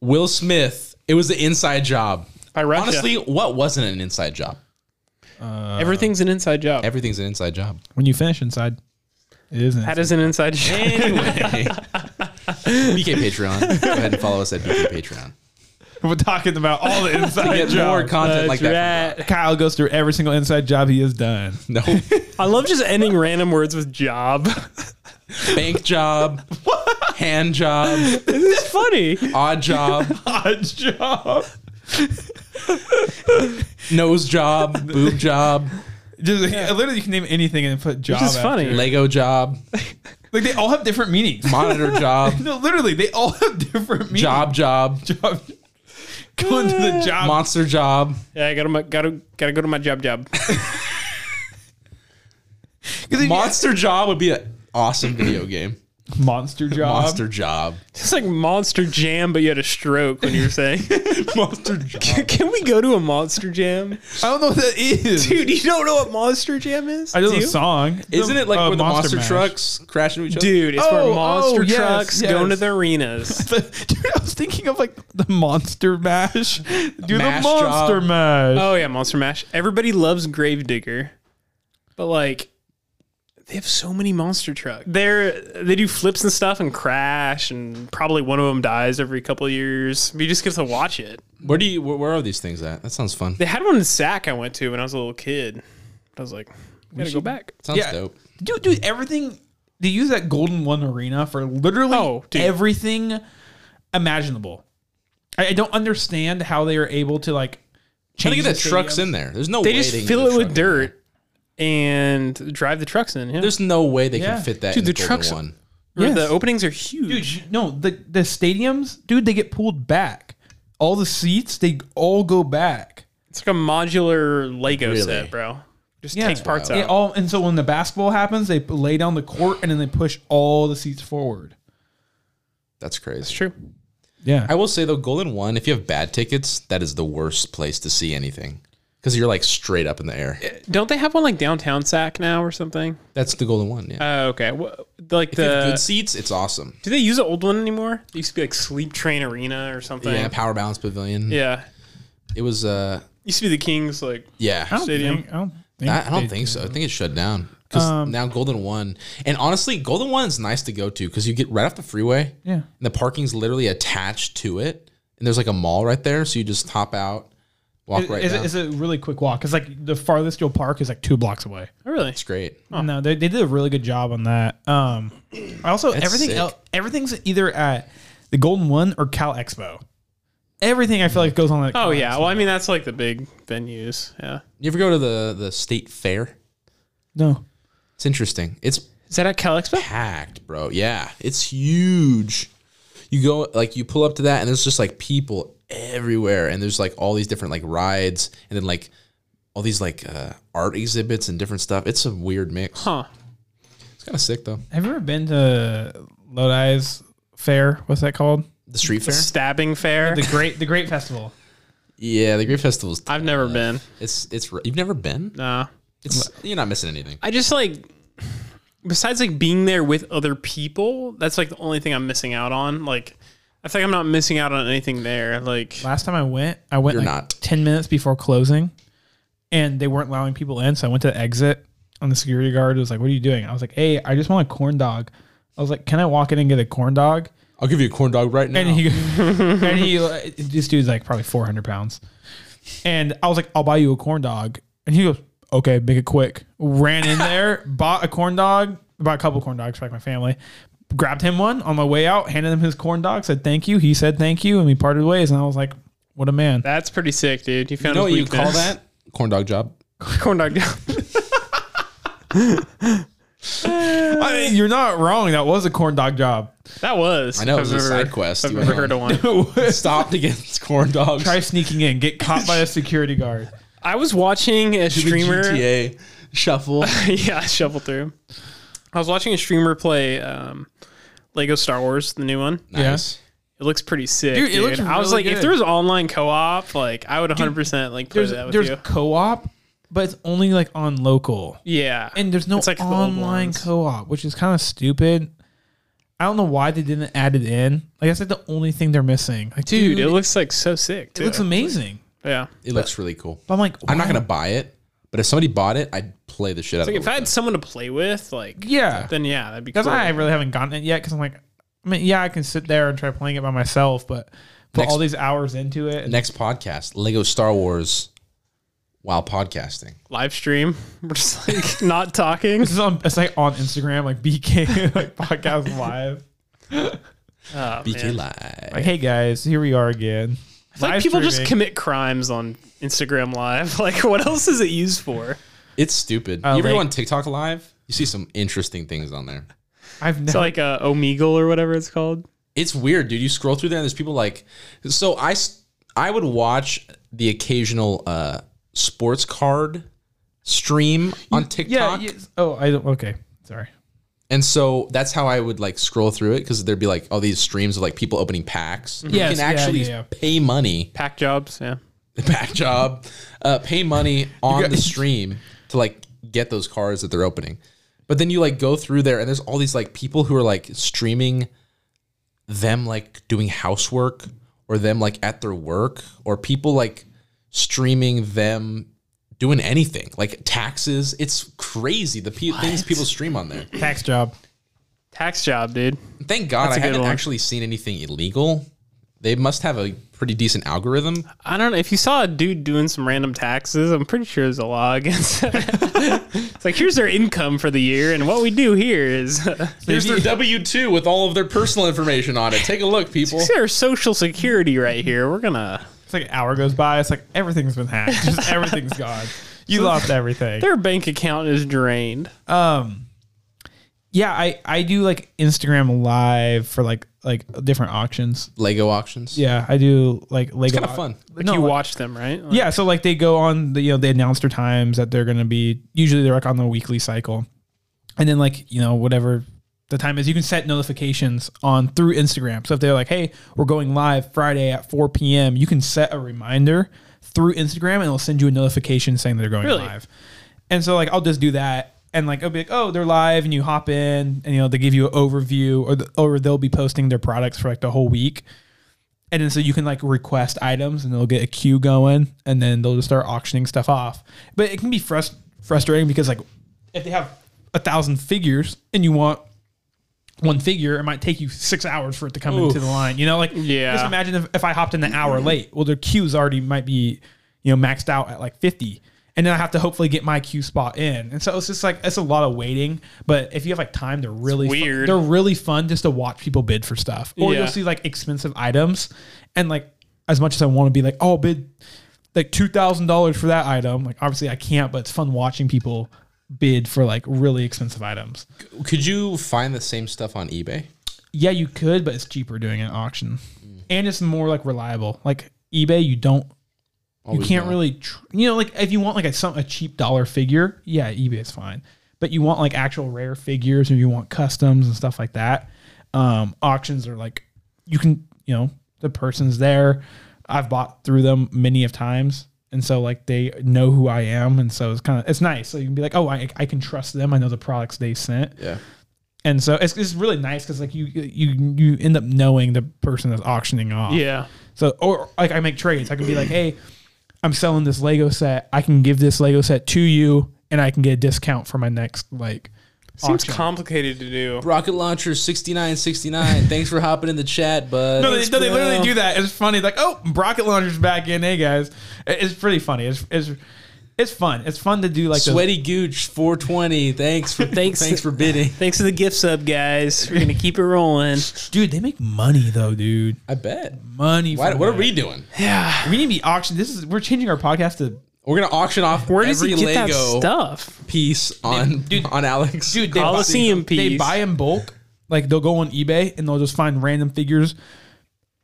S1: Will Smith. It was an inside job.
S3: by Russia.
S1: Honestly, what wasn't an inside job?
S3: everything's an inside job.
S1: Everything's an inside job.
S2: When you finish inside, it isn't.
S3: That is an inside job.
S1: Anyway, BK Patreon. Go ahead and follow us at BK Patreon.
S2: We're talking about all the inside
S1: Get more
S2: jobs.
S1: content like that. from
S3: That's right.
S2: Kyle goes through every single inside job he has done.
S1: No
S3: I love just ending random words with job.
S1: bank job, hand job,
S3: it's funny.
S1: odd job,
S2: Odd job.
S1: nose job, boob job,
S2: Just uh, literally, you can name anything and put job.
S3: is
S2: after
S3: funny.
S2: it.
S1: Lego job,
S2: Like they all have different meanings.
S1: monitor job,
S2: No, literally, they all have different meanings.
S1: job job,
S2: job. Going to the job.
S1: monster job.
S3: Yeah, I gotta my- gotta gotta go to my job job.
S2: 'Cause if you-
S1: Monster job would be an awesome video game.
S2: monster job.
S1: Monster job.
S3: It's like Monster Jam, but you had a stroke when you were saying.
S1: Monster job.
S3: Can we go to a Monster Jam,
S2: I don't know what that is.
S3: dude? You don't know what Monster Jam is?
S2: I know
S3: Do
S2: the
S3: you?
S2: song.
S1: Isn't it like
S2: uh,
S1: where the monster,
S2: Mash.
S1: trucks crash into each other?
S3: Dude, it's
S2: Oh,
S3: where monster
S2: oh, yes,
S3: trucks go
S2: yes.
S3: into the arenas.
S2: dude, I was thinking of like the monster mash. Do
S1: Mash
S2: the monster
S1: job.
S2: mash.
S3: Oh yeah, Monster Mash. Everybody loves Gravedigger, but like, they have so many monster trucks. They're they do flips and stuff and crash, and probably one of them dies every couple of years. You just get to watch it.
S1: Where do you? Where, where are these things at? That sounds fun.
S3: They had one in Sac I went to when I was a little kid. I was like, we gotta go back.
S1: Sounds
S2: Yeah.
S1: dope.
S2: dude, dude, everything. They use that Golden One Arena for literally
S3: Oh, dude.
S2: everything imaginable. I, I don't understand how they are able to like
S1: How do
S2: change
S1: you get the
S2: stadium.
S1: trucks in there? There's no
S3: They
S1: way
S3: just
S1: can
S3: fill
S1: get
S3: it
S1: a
S3: with
S1: truck in there.
S3: dirt and drive the trucks in. Yeah.
S1: There's no way they
S2: Yeah.
S1: can fit that.
S3: Dude,
S1: in
S3: the
S1: Golden
S3: trucks-
S1: One.
S3: Or
S2: Yes.
S3: The openings are huge.
S2: Dude, no, the the stadiums, dude, they get pulled back. All the seats, they all go back.
S3: It's like a modular Lego
S1: Really?
S3: set, bro. Just
S2: Yeah.
S3: take parts
S2: They
S3: out.
S2: all and so when the basketball happens, they lay down the court and then they push all the seats forward.
S1: That's
S3: it's
S1: crazy.
S3: true.
S2: Yeah.
S1: I will say though, Golden One, if you have bad tickets, that is the worst place to see anything because you're like straight up in the air.
S3: Don't they have one like downtown Sac now or something?
S1: That's the Golden One. Yeah.
S3: Oh, okay. Wha- like
S1: if you have good
S3: the
S1: seats, it's awesome.
S3: do they use the old one anymore? It used to be like Sleep Train Arena or something.
S1: Yeah,
S3: Yeah.
S1: Power Balance Pavilion. It was. uh
S3: Used to be the Kings like
S1: Yeah.
S2: I don't
S3: Stadium.
S2: think- I don't think Um,
S1: I, I don't
S2: they-
S1: think so. I think it's shut down because now Golden One, and honestly, Golden One is nice to go to because you get right off the freeway.
S2: Yeah.
S1: and the parking's literally attached to it, and there's like a mall right there, so you just hop out, walk right
S2: Is,
S1: down.
S2: is a really quick walk. It's like the farthest you'll park is like two blocks away.
S3: oh, really.
S1: it's great.
S2: No, they, they did a really good job on that. Um, also, everything
S1: sick.
S2: el- everything's either at the Golden One or Cal Expo. Everything I feel like goes on. At
S3: Oh
S2: Cal
S3: yeah.
S2: Expo.
S3: Well, I mean that's like the big venues. Yeah.
S1: You ever go to the the state fair?
S2: no.
S1: It's interesting. It's
S3: Is that at Cal Expo?
S1: packed, bro. Yeah, it's huge. You go like you pull up to that, and there's just like people everywhere, and there's like all these different like rides, and then like all these like uh, art exhibits and different stuff. It's a weird mix.
S3: Huh.
S1: It's kind of sick though.
S2: Have you ever been to Lodi's fair? What's that called?
S1: The street fair.
S3: Stabbing fair.
S2: The Great the Great Festival.
S1: Yeah, the Great Festival's.
S3: I've never been.
S1: It's it's r- you've never been.
S3: Nah.
S1: It's you're not missing anything.
S3: I just like besides like being there with other people, that's like the only thing I'm missing out on. Like I think I'm not missing out on anything there. Like
S2: Last time I went, I went
S1: You're
S2: like
S1: not.
S2: ten minutes before closing, and they weren't allowing people in. So I went to the exit, and the security guard was like, "What are you doing?" I was like, "Hey, I just want a corn dog." I was like, "Can I walk in and get a corn dog?"
S1: I'll give you a corn dog right now.
S2: and he and he like, this dude's like probably 400 pounds and i was like i'll buy you a corn dog and he goes okay make it quick ran in there bought a corn dog bought a couple corn dogs for like my family grabbed him one on my way out handed him his corn dog said thank you he said thank you and we parted ways and i was like what a man
S3: That's pretty sick, dude. You
S1: you
S3: found
S1: know
S3: his
S1: what you
S3: weakness.
S1: call that? Corn dog job.
S3: corn dog.
S2: I mean, you're not wrong that was a corn dog job
S3: that was.
S1: I know, it was
S3: if
S1: a
S3: I've ever-
S1: side quest.
S3: if
S1: You
S3: I've ever
S1: went
S3: heard of one.
S1: Stopped against corn dogs.
S2: try sneaking in get caught by a security guard
S3: I was watching a
S1: Stupid
S3: streamer.
S1: GTA shuffle.
S3: yeah, I shuffled through. I was watching a streamer play um, Lego Star Wars, the new one.
S1: nice.
S3: It looks pretty sick,
S2: Dude,
S3: dude.
S2: it looks
S3: I was
S2: really
S3: like, if
S2: good.
S3: there was online co-op, like I would 100 percent like play
S2: there's
S3: that with
S2: there's
S3: you.
S2: co-op but it's only like on local
S3: Yeah,
S2: and there's no
S3: It's like the old
S2: online
S3: ones.
S2: co-op, which is kind of stupid. I don't know why they didn't add it in. Like that's like the only thing they're missing. Like,
S3: dude,
S2: dude,
S3: it looks like so sick.
S2: it
S3: Too.
S2: looks amazing.
S3: yeah.
S1: It looks really cool.
S2: But I'm like,
S1: I'm not
S2: why-
S1: gonna buy it, but if somebody bought it, I'd play the shit out
S3: Like
S1: of
S3: if
S1: it.
S3: I had someone to play with, like
S2: Yeah,
S3: then yeah, that'd be
S2: that's
S3: cool.
S2: why I really haven't gotten it yet. Because I'm like, I mean, yeah, I can sit there and try playing it by myself, but put
S1: Next-
S2: all these hours into it.
S1: Next podcast, Lego Star Wars, while podcasting.
S3: Live stream, we're just like not talking.
S2: this is on. It's like on Instagram, like BK, like podcast live.
S3: Oh,
S1: BK
S3: man.
S1: Live.
S2: Like, hey guys, here we are again.
S3: It's like
S2: Live
S3: people just
S2: streaming.
S3: commit crimes on Instagram Live. Like, what else is it used for?
S1: It's stupid.
S2: Uh,
S1: you ever go
S2: like-
S1: on TikTok Live? You see some interesting things on there.
S2: I've
S3: It's
S2: never.
S3: like a Omegle or whatever it's called.
S1: It's weird, dude. You scroll through there and there's people like so I s- I would watch the occasional uh sports card stream on
S2: yeah,
S1: TikTok.
S2: yeah. Oh, I don't. Okay, sorry.
S1: And so that's how I would like scroll through it because there'd be like all these streams of like people opening packs.
S2: Yes,
S1: you
S2: yeah,
S1: can actually
S2: yeah, yeah.
S1: pay money,
S3: Pack jobs, yeah.
S1: pack job, uh, pay money on the stream to like get those cards that they're opening. But then you like go through there and there's all these like people who are like streaming them like doing housework or them like at their work or people like streaming them doing anything like taxes. It's crazy the pe- things people stream on there.
S2: Tax job.
S3: Tax job, dude.
S1: Thank God I
S3: a good
S1: haven't
S3: one.
S1: actually seen anything illegal. They must have a pretty decent algorithm.
S3: I don't know. If you saw a dude doing some random taxes, I'm pretty sure there's a law against it. it's like, here's their income for the year, and what we do here is
S1: Here's their W two with all of their personal information on it. Take a look, people.
S3: here's our social security right here. We're gonna.
S2: It's like an hour goes by. It's like everything's been hacked. Just everything's gone. You lost everything.
S3: Their bank account is drained.
S2: Um, yeah, I I do like Instagram live for like like different auctions.
S1: Lego auctions.
S2: Yeah, I do like Lego.
S1: Kinda fun.
S3: Like
S2: No,
S3: you
S2: like-
S3: watch them, right? Like,
S2: Yeah, so like they go on the you know they announce their times that they're gonna be usually they're like on the weekly cycle, and then like you know whatever the time is you can set notifications on through Instagram. So if they're like, hey, we're going live Friday at 4 p.m., you can set a reminder through Instagram and it'll send you a notification saying that they're going
S3: Really?
S2: live. And so like I'll just do that. And like it'll be like, oh, they're live, and you hop in, and you know they give you an overview, or the, or they'll be posting their products for like the whole week, and then so you can like request items and they'll get a queue going and then they'll just start auctioning stuff off. But it can be frust- frustrating because like if they have a thousand figures and you want one figure, it might take you six hours for it to come into the line. You know, like
S3: Yeah. Mm-hmm.
S2: just imagine if, if I hopped in an hour late. Well, their queues already might be, you know, maxed out at like fifty. And then I have to hopefully get my queue spot in. And so it's just like it's a lot of waiting. But if you have like time, they're really fu-
S3: weird.
S2: they're really fun just to watch people bid for stuff. Or
S3: Yeah.
S2: you'll see like expensive items and like as much as I want to be like, oh I'll bid like two thousand dollars for that item. Like obviously I can't, but it's fun watching people bid for like really expensive items.
S1: Could you find the same stuff on eBay?
S2: Yeah, you could, but it's cheaper doing an auction.
S1: Mm.
S2: And it's more like reliable. Like eBay, you don't you
S1: Always
S2: can't
S1: not.
S2: really tr- you know like if you want like a some a cheap dollar figure yeah ebay is fine but you want like actual rare figures or you want customs and stuff like that um auctions are like you can you know the person's there i've bought through them many of times and so like they know who i am and so it's kind of it's nice so you can be like oh I, I can trust them i know the products they sent
S1: Yeah.
S2: and so it's, it's really nice because like you you you end up knowing the person that's auctioning off
S3: Yeah.
S2: so, or like I make trades. I can be like, hey, I'm selling this Lego set. I can give this Lego set to you, and I can get a discount for my next like
S3: Seems
S2: auction.
S3: complicated to do.
S1: Rocket launcher 6969. Thanks for hopping in the chat, bud.
S2: No, they, no, they literally do that. It's funny. Like, oh, rocket launcher's back in. Hey guys, It- it's pretty funny. It's it's it's fun. It's fun to do like those-
S1: Sweaty Gooch 420. Thanks for thanks, thanks for bidding.
S3: Thanks for the gift sub, guys. We're gonna keep it rolling.
S2: dude. They make money though, dude.
S1: I bet.
S2: Money.
S1: Why,
S2: from
S1: what are
S2: that.
S1: we doing?
S2: We need to be auction. This is we're changing our podcast to
S1: We're gonna auction off
S3: Where does
S1: every
S3: he get that
S1: Lego
S3: stuff?
S1: piece on on Alex.
S2: dude. They buy,
S3: Coliseum
S2: they
S3: piece.
S2: buy in bulk. Like they'll go on eBay and they'll just find random figures,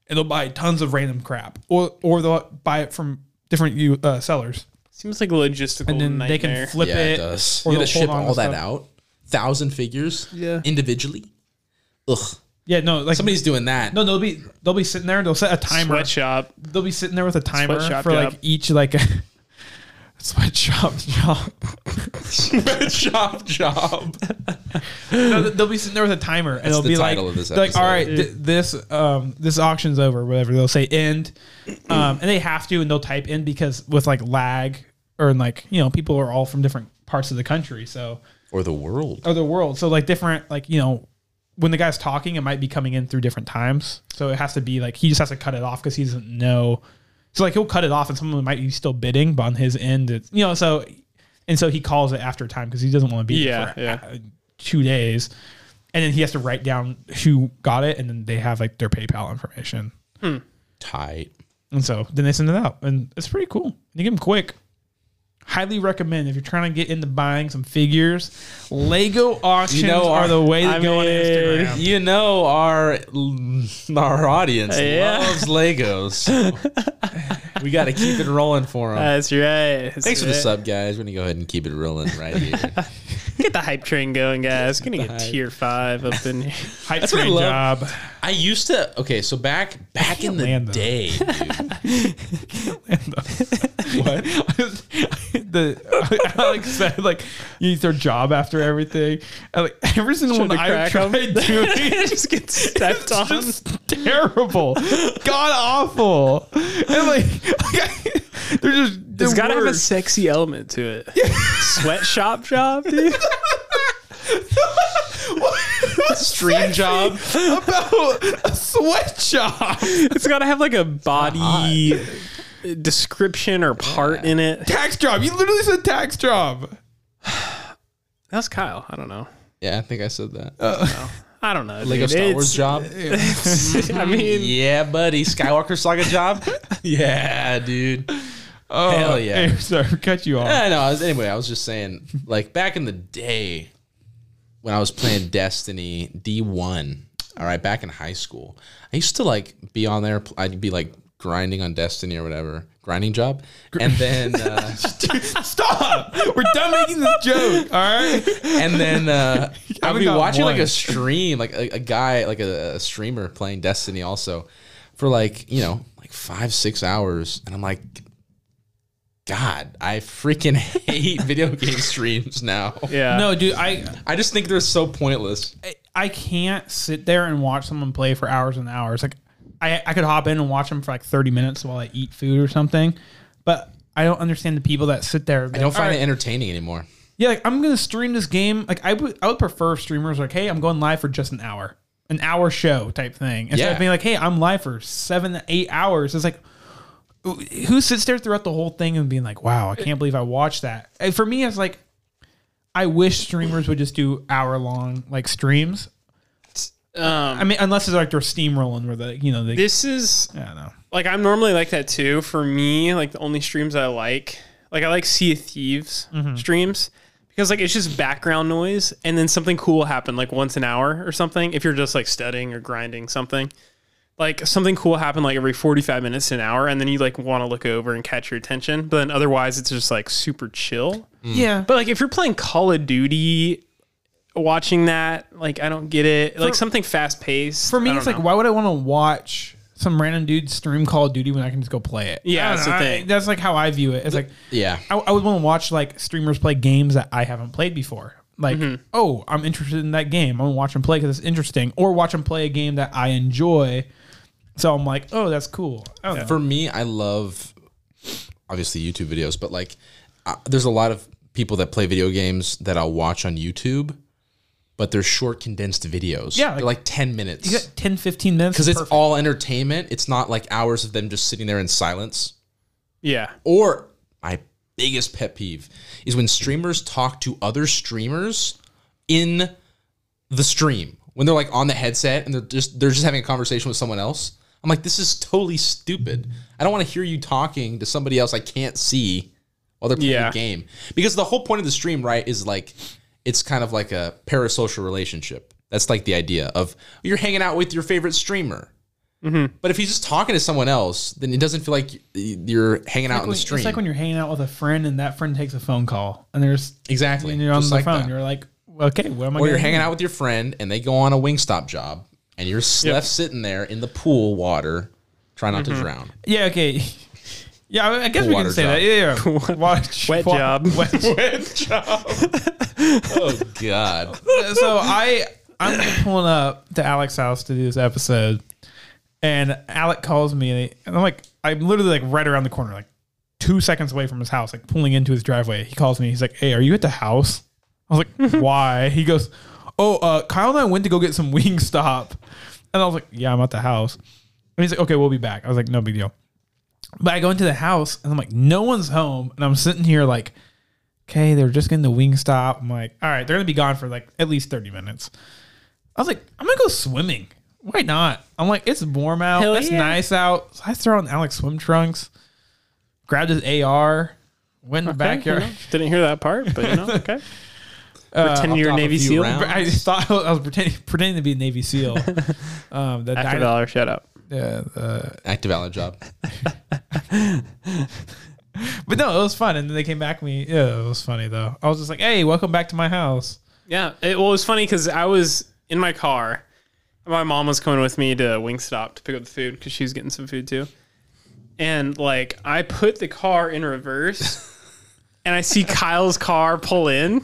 S2: and they'll buy tons of random crap, or or they'll buy it from different you uh, sellers,
S3: Seems like a logistical
S2: and then
S3: nightmare.
S2: they can flip
S1: yeah, it
S2: it.
S1: does.
S2: or
S1: You gotta
S2: they'll
S1: ship
S2: hold on to
S1: all that
S2: stuff.
S1: out. Thousand figures.
S3: Yeah.
S1: Individually. Ugh.
S2: Yeah, no, like
S1: Somebody's doing that.
S2: no, they'll be they'll be sitting there. They'll set a timer.
S3: sweatshop.
S2: they'll be sitting there with a timer
S3: Sweatshop
S2: for like
S3: job.
S2: each like a sweatshop job.
S1: job job.
S2: no, they'll be sitting there with a timer, and they'll
S1: the
S2: be
S1: title
S2: like,
S1: of this
S2: they're like, all right,
S1: episode.
S2: th- this um this auction's over, whatever. They'll say end, um, and they have to, and they'll type in because with like lag or like you know people are all from different parts of the country, so
S1: Or the world.
S2: or the world, so like different like you know. When the guy's talking, it might be coming in through different times, so it has to be like he just has to cut it off because he doesn't know. So like he'll cut it off, and someone might be still bidding, but on his end, it's you know so, and so he calls it after time because he doesn't want to be there
S3: Yeah,
S2: for
S3: yeah.
S2: uh, two days, and then he has to write down who got it, and then they have like their PayPal information,
S1: Tight.
S2: and so then they send it out, and it's pretty cool. You get them quick. Highly recommend if you're trying to get into buying some figures, Lego auctions
S1: know,
S2: are the way to
S3: I
S2: go on
S3: mean,
S2: Instagram.
S1: You know our our audience
S3: Yeah.
S1: loves Legos. so we got to keep it rolling for them.
S3: That's right. That's
S1: Thanks for the
S3: right.
S1: sub, guys. We're gonna go ahead and keep it rolling right here.
S3: Get the hype train going, guys. Gonna get
S1: hype.
S3: tier five up in here.
S2: Hype
S1: what I
S2: train
S1: love.
S2: job.
S1: I used to. Okay, so back back in the
S2: land those.
S1: day, dude,
S2: What? the Alex said like you need their job after everything. And, like every single one
S3: to
S2: I've
S3: crack 'em.
S2: tried doing
S3: It just gets stepped on.
S2: it's just terrible, god awful, and like, they're just.
S3: it's
S2: they're
S3: gotta have a
S2: worse.
S3: sexy element to it. Sweatshop job, dude.
S1: stream job.
S2: about a sweatshop.
S3: It's gotta have like a body description or part in it.
S2: Tax job. You literally said tax job.
S3: That was Kyle. I don't know.
S1: Yeah, I think I said that.
S3: I don't know.
S1: Lego
S3: dude.
S1: Star
S3: It's-
S1: Wars job.
S3: I mean,
S1: yeah, buddy. Skywalker Saga job. yeah, dude.
S2: Oh,
S1: Hell yeah.
S2: hey, sorry, cut you off.
S1: I know. I was, anyway, I was just saying, like back in the day when I was playing Destiny D1, all right, back in high school, I used to like be on there. pl- I'd be like grinding on Destiny or whatever, grinding job. And then, uh,
S2: Stop. We're done making this joke. All right.
S1: and then uh, I would
S2: haven't
S1: be
S2: got
S1: watching like
S2: one.
S1: a stream, like a, a guy, like a, a streamer playing Destiny also for like, you know, like five, six hours. And I'm like, God, I freaking hate video game streams now.
S3: yeah.
S2: No, dude, I
S1: I just think they're so pointless.
S2: I can't sit there and watch someone play for hours and hours. Like I, I could hop in and watch them for like 30 minutes while I eat food or something. But I don't understand the people that sit there.
S1: I don't find it entertaining anymore.
S2: Yeah, like I'm gonna stream this game. Like I would I would prefer streamers like, hey, I'm going live for just an hour. An hour show type thing. Instead
S1: Yeah.
S2: of being like, hey, I'm live for seven to eight hours. It's like who sits there throughout the whole thing and being like, wow, I can't believe I watched that. And for me, it's like I wish streamers would just do hour long like streams.
S3: Um,
S2: I mean, unless it's like they're steamrolling where the you know they
S3: this is
S2: I don't know.
S3: like I'm normally like that too. For me, like the only streams I like, like I like Sea of Thieves
S2: Mm-hmm.
S3: streams because like it's just background noise, and then something cool will happen like once an hour or something. If you're just like studying or grinding something, like something cool will happen like every 45 minutes to an hour, and then you like want to look over and catch your attention. But then otherwise, it's just like super chill.
S2: Yeah,
S3: But like if you're playing Call of Duty. Watching that, like I don't get it. like something fast paced.
S2: for me, it's like, why would I want to watch some random dude stream Call of Duty when I can just go play it?
S3: Yeah,
S2: I don't
S3: that's the
S2: know, I-
S3: thing.
S2: that's like how I view it. It's like
S1: Yeah.
S2: I, I would want to watch like streamers play games that I haven't played before. Like,
S1: Mm-hmm.
S2: oh, I'm interested in that game. I'm gonna watch them play because it's interesting, or watch them play a game that I enjoy. So I'm like, oh, that's cool. I don't know.
S1: For me, I love obviously YouTube videos, but like uh, there's a lot of people that play video games that I'll watch on YouTube but they're short condensed videos.
S2: Yeah,
S1: they're
S2: like-
S1: like ten minutes
S2: You got 10, 15 minutes.
S1: because it's
S2: perfect.
S1: all entertainment. It's not like hours of them just sitting there in silence.
S3: Yeah.
S1: Or my biggest pet peeve is when streamers talk to other streamers in the stream when they're like on the headset and they're just they're just having a conversation with someone else. I'm like, this is totally stupid. I don't want to hear you talking to somebody else I can't see while they're playing
S3: Yeah.
S1: a game. Because the whole point of the stream, right, is like it's kind of like a parasocial relationship. That's like the idea of you're hanging out with your favorite streamer. But if he's just talking to someone else, then it doesn't feel like y- you're hanging out in
S2: When-
S1: the stream.
S2: It's like when you're hanging out with a friend and that friend takes a phone call and there's
S1: exactly.
S2: and you're on
S1: Just
S2: the
S1: like
S2: phone.
S1: that.
S2: You're like, okay, what am I?
S1: or you're
S2: gonna
S1: hanging
S2: do?
S1: out with your friend and they go on a Wingstop job and you're s- left sitting there in the pool water trying not
S2: Mm-hmm.
S1: to drown.
S2: Yeah, okay. Yeah, I I guess we
S1: Water
S2: can say
S1: job.
S2: that. Yeah, yeah. Watch,
S3: Wet job.
S2: Wet
S1: Oh god.
S2: so I I'm pulling up to Alex's house to do this episode, and Alec calls me, and I'm like, I'm literally like right around the corner, like two seconds away from his house, like pulling into his driveway. He calls me. He's like, "Hey, are you at the house?" I was like, "Why?" He goes, "Oh, uh, Kyle and I went to go get some wing stop," and I was like, "Yeah, I'm at the house." And he's like, "Okay, we'll be back." I was like, "No big deal." But I go into the house and I'm like, no one's home, and I'm sitting here like okay, they were just getting the wing stop. I'm like, all right, they're gonna be gone for like at least 30 minutes. I was like, I'm gonna go swimming. Why not? I'm like, it's warm out,
S3: Hell
S2: it's
S3: yeah.
S2: nice out. So I throw on Alex swim trunks, grabbed his AR, went in the backyard.
S3: Okay, you know, didn't hear that part, but you know, okay. Pretend you're a
S1: off a
S3: Navy
S1: few
S3: SEAL.
S1: rounds.
S2: I just thought I was pretending, pretending to be a Navy SEAL. um, the
S3: After
S2: dyna-
S3: dollar, shut up.
S2: yeah, the-
S1: Active valid job.
S2: but no, it was fun. And then they came back to me. Yeah, it was funny though. I was just like, hey, welcome back to my house.
S3: Yeah. It, well, it was funny because I was in my car. My mom was coming with me to Wingstop to pick up the food because she was getting some food too. And like, I put the car in reverse and I see Kyle's car pull in.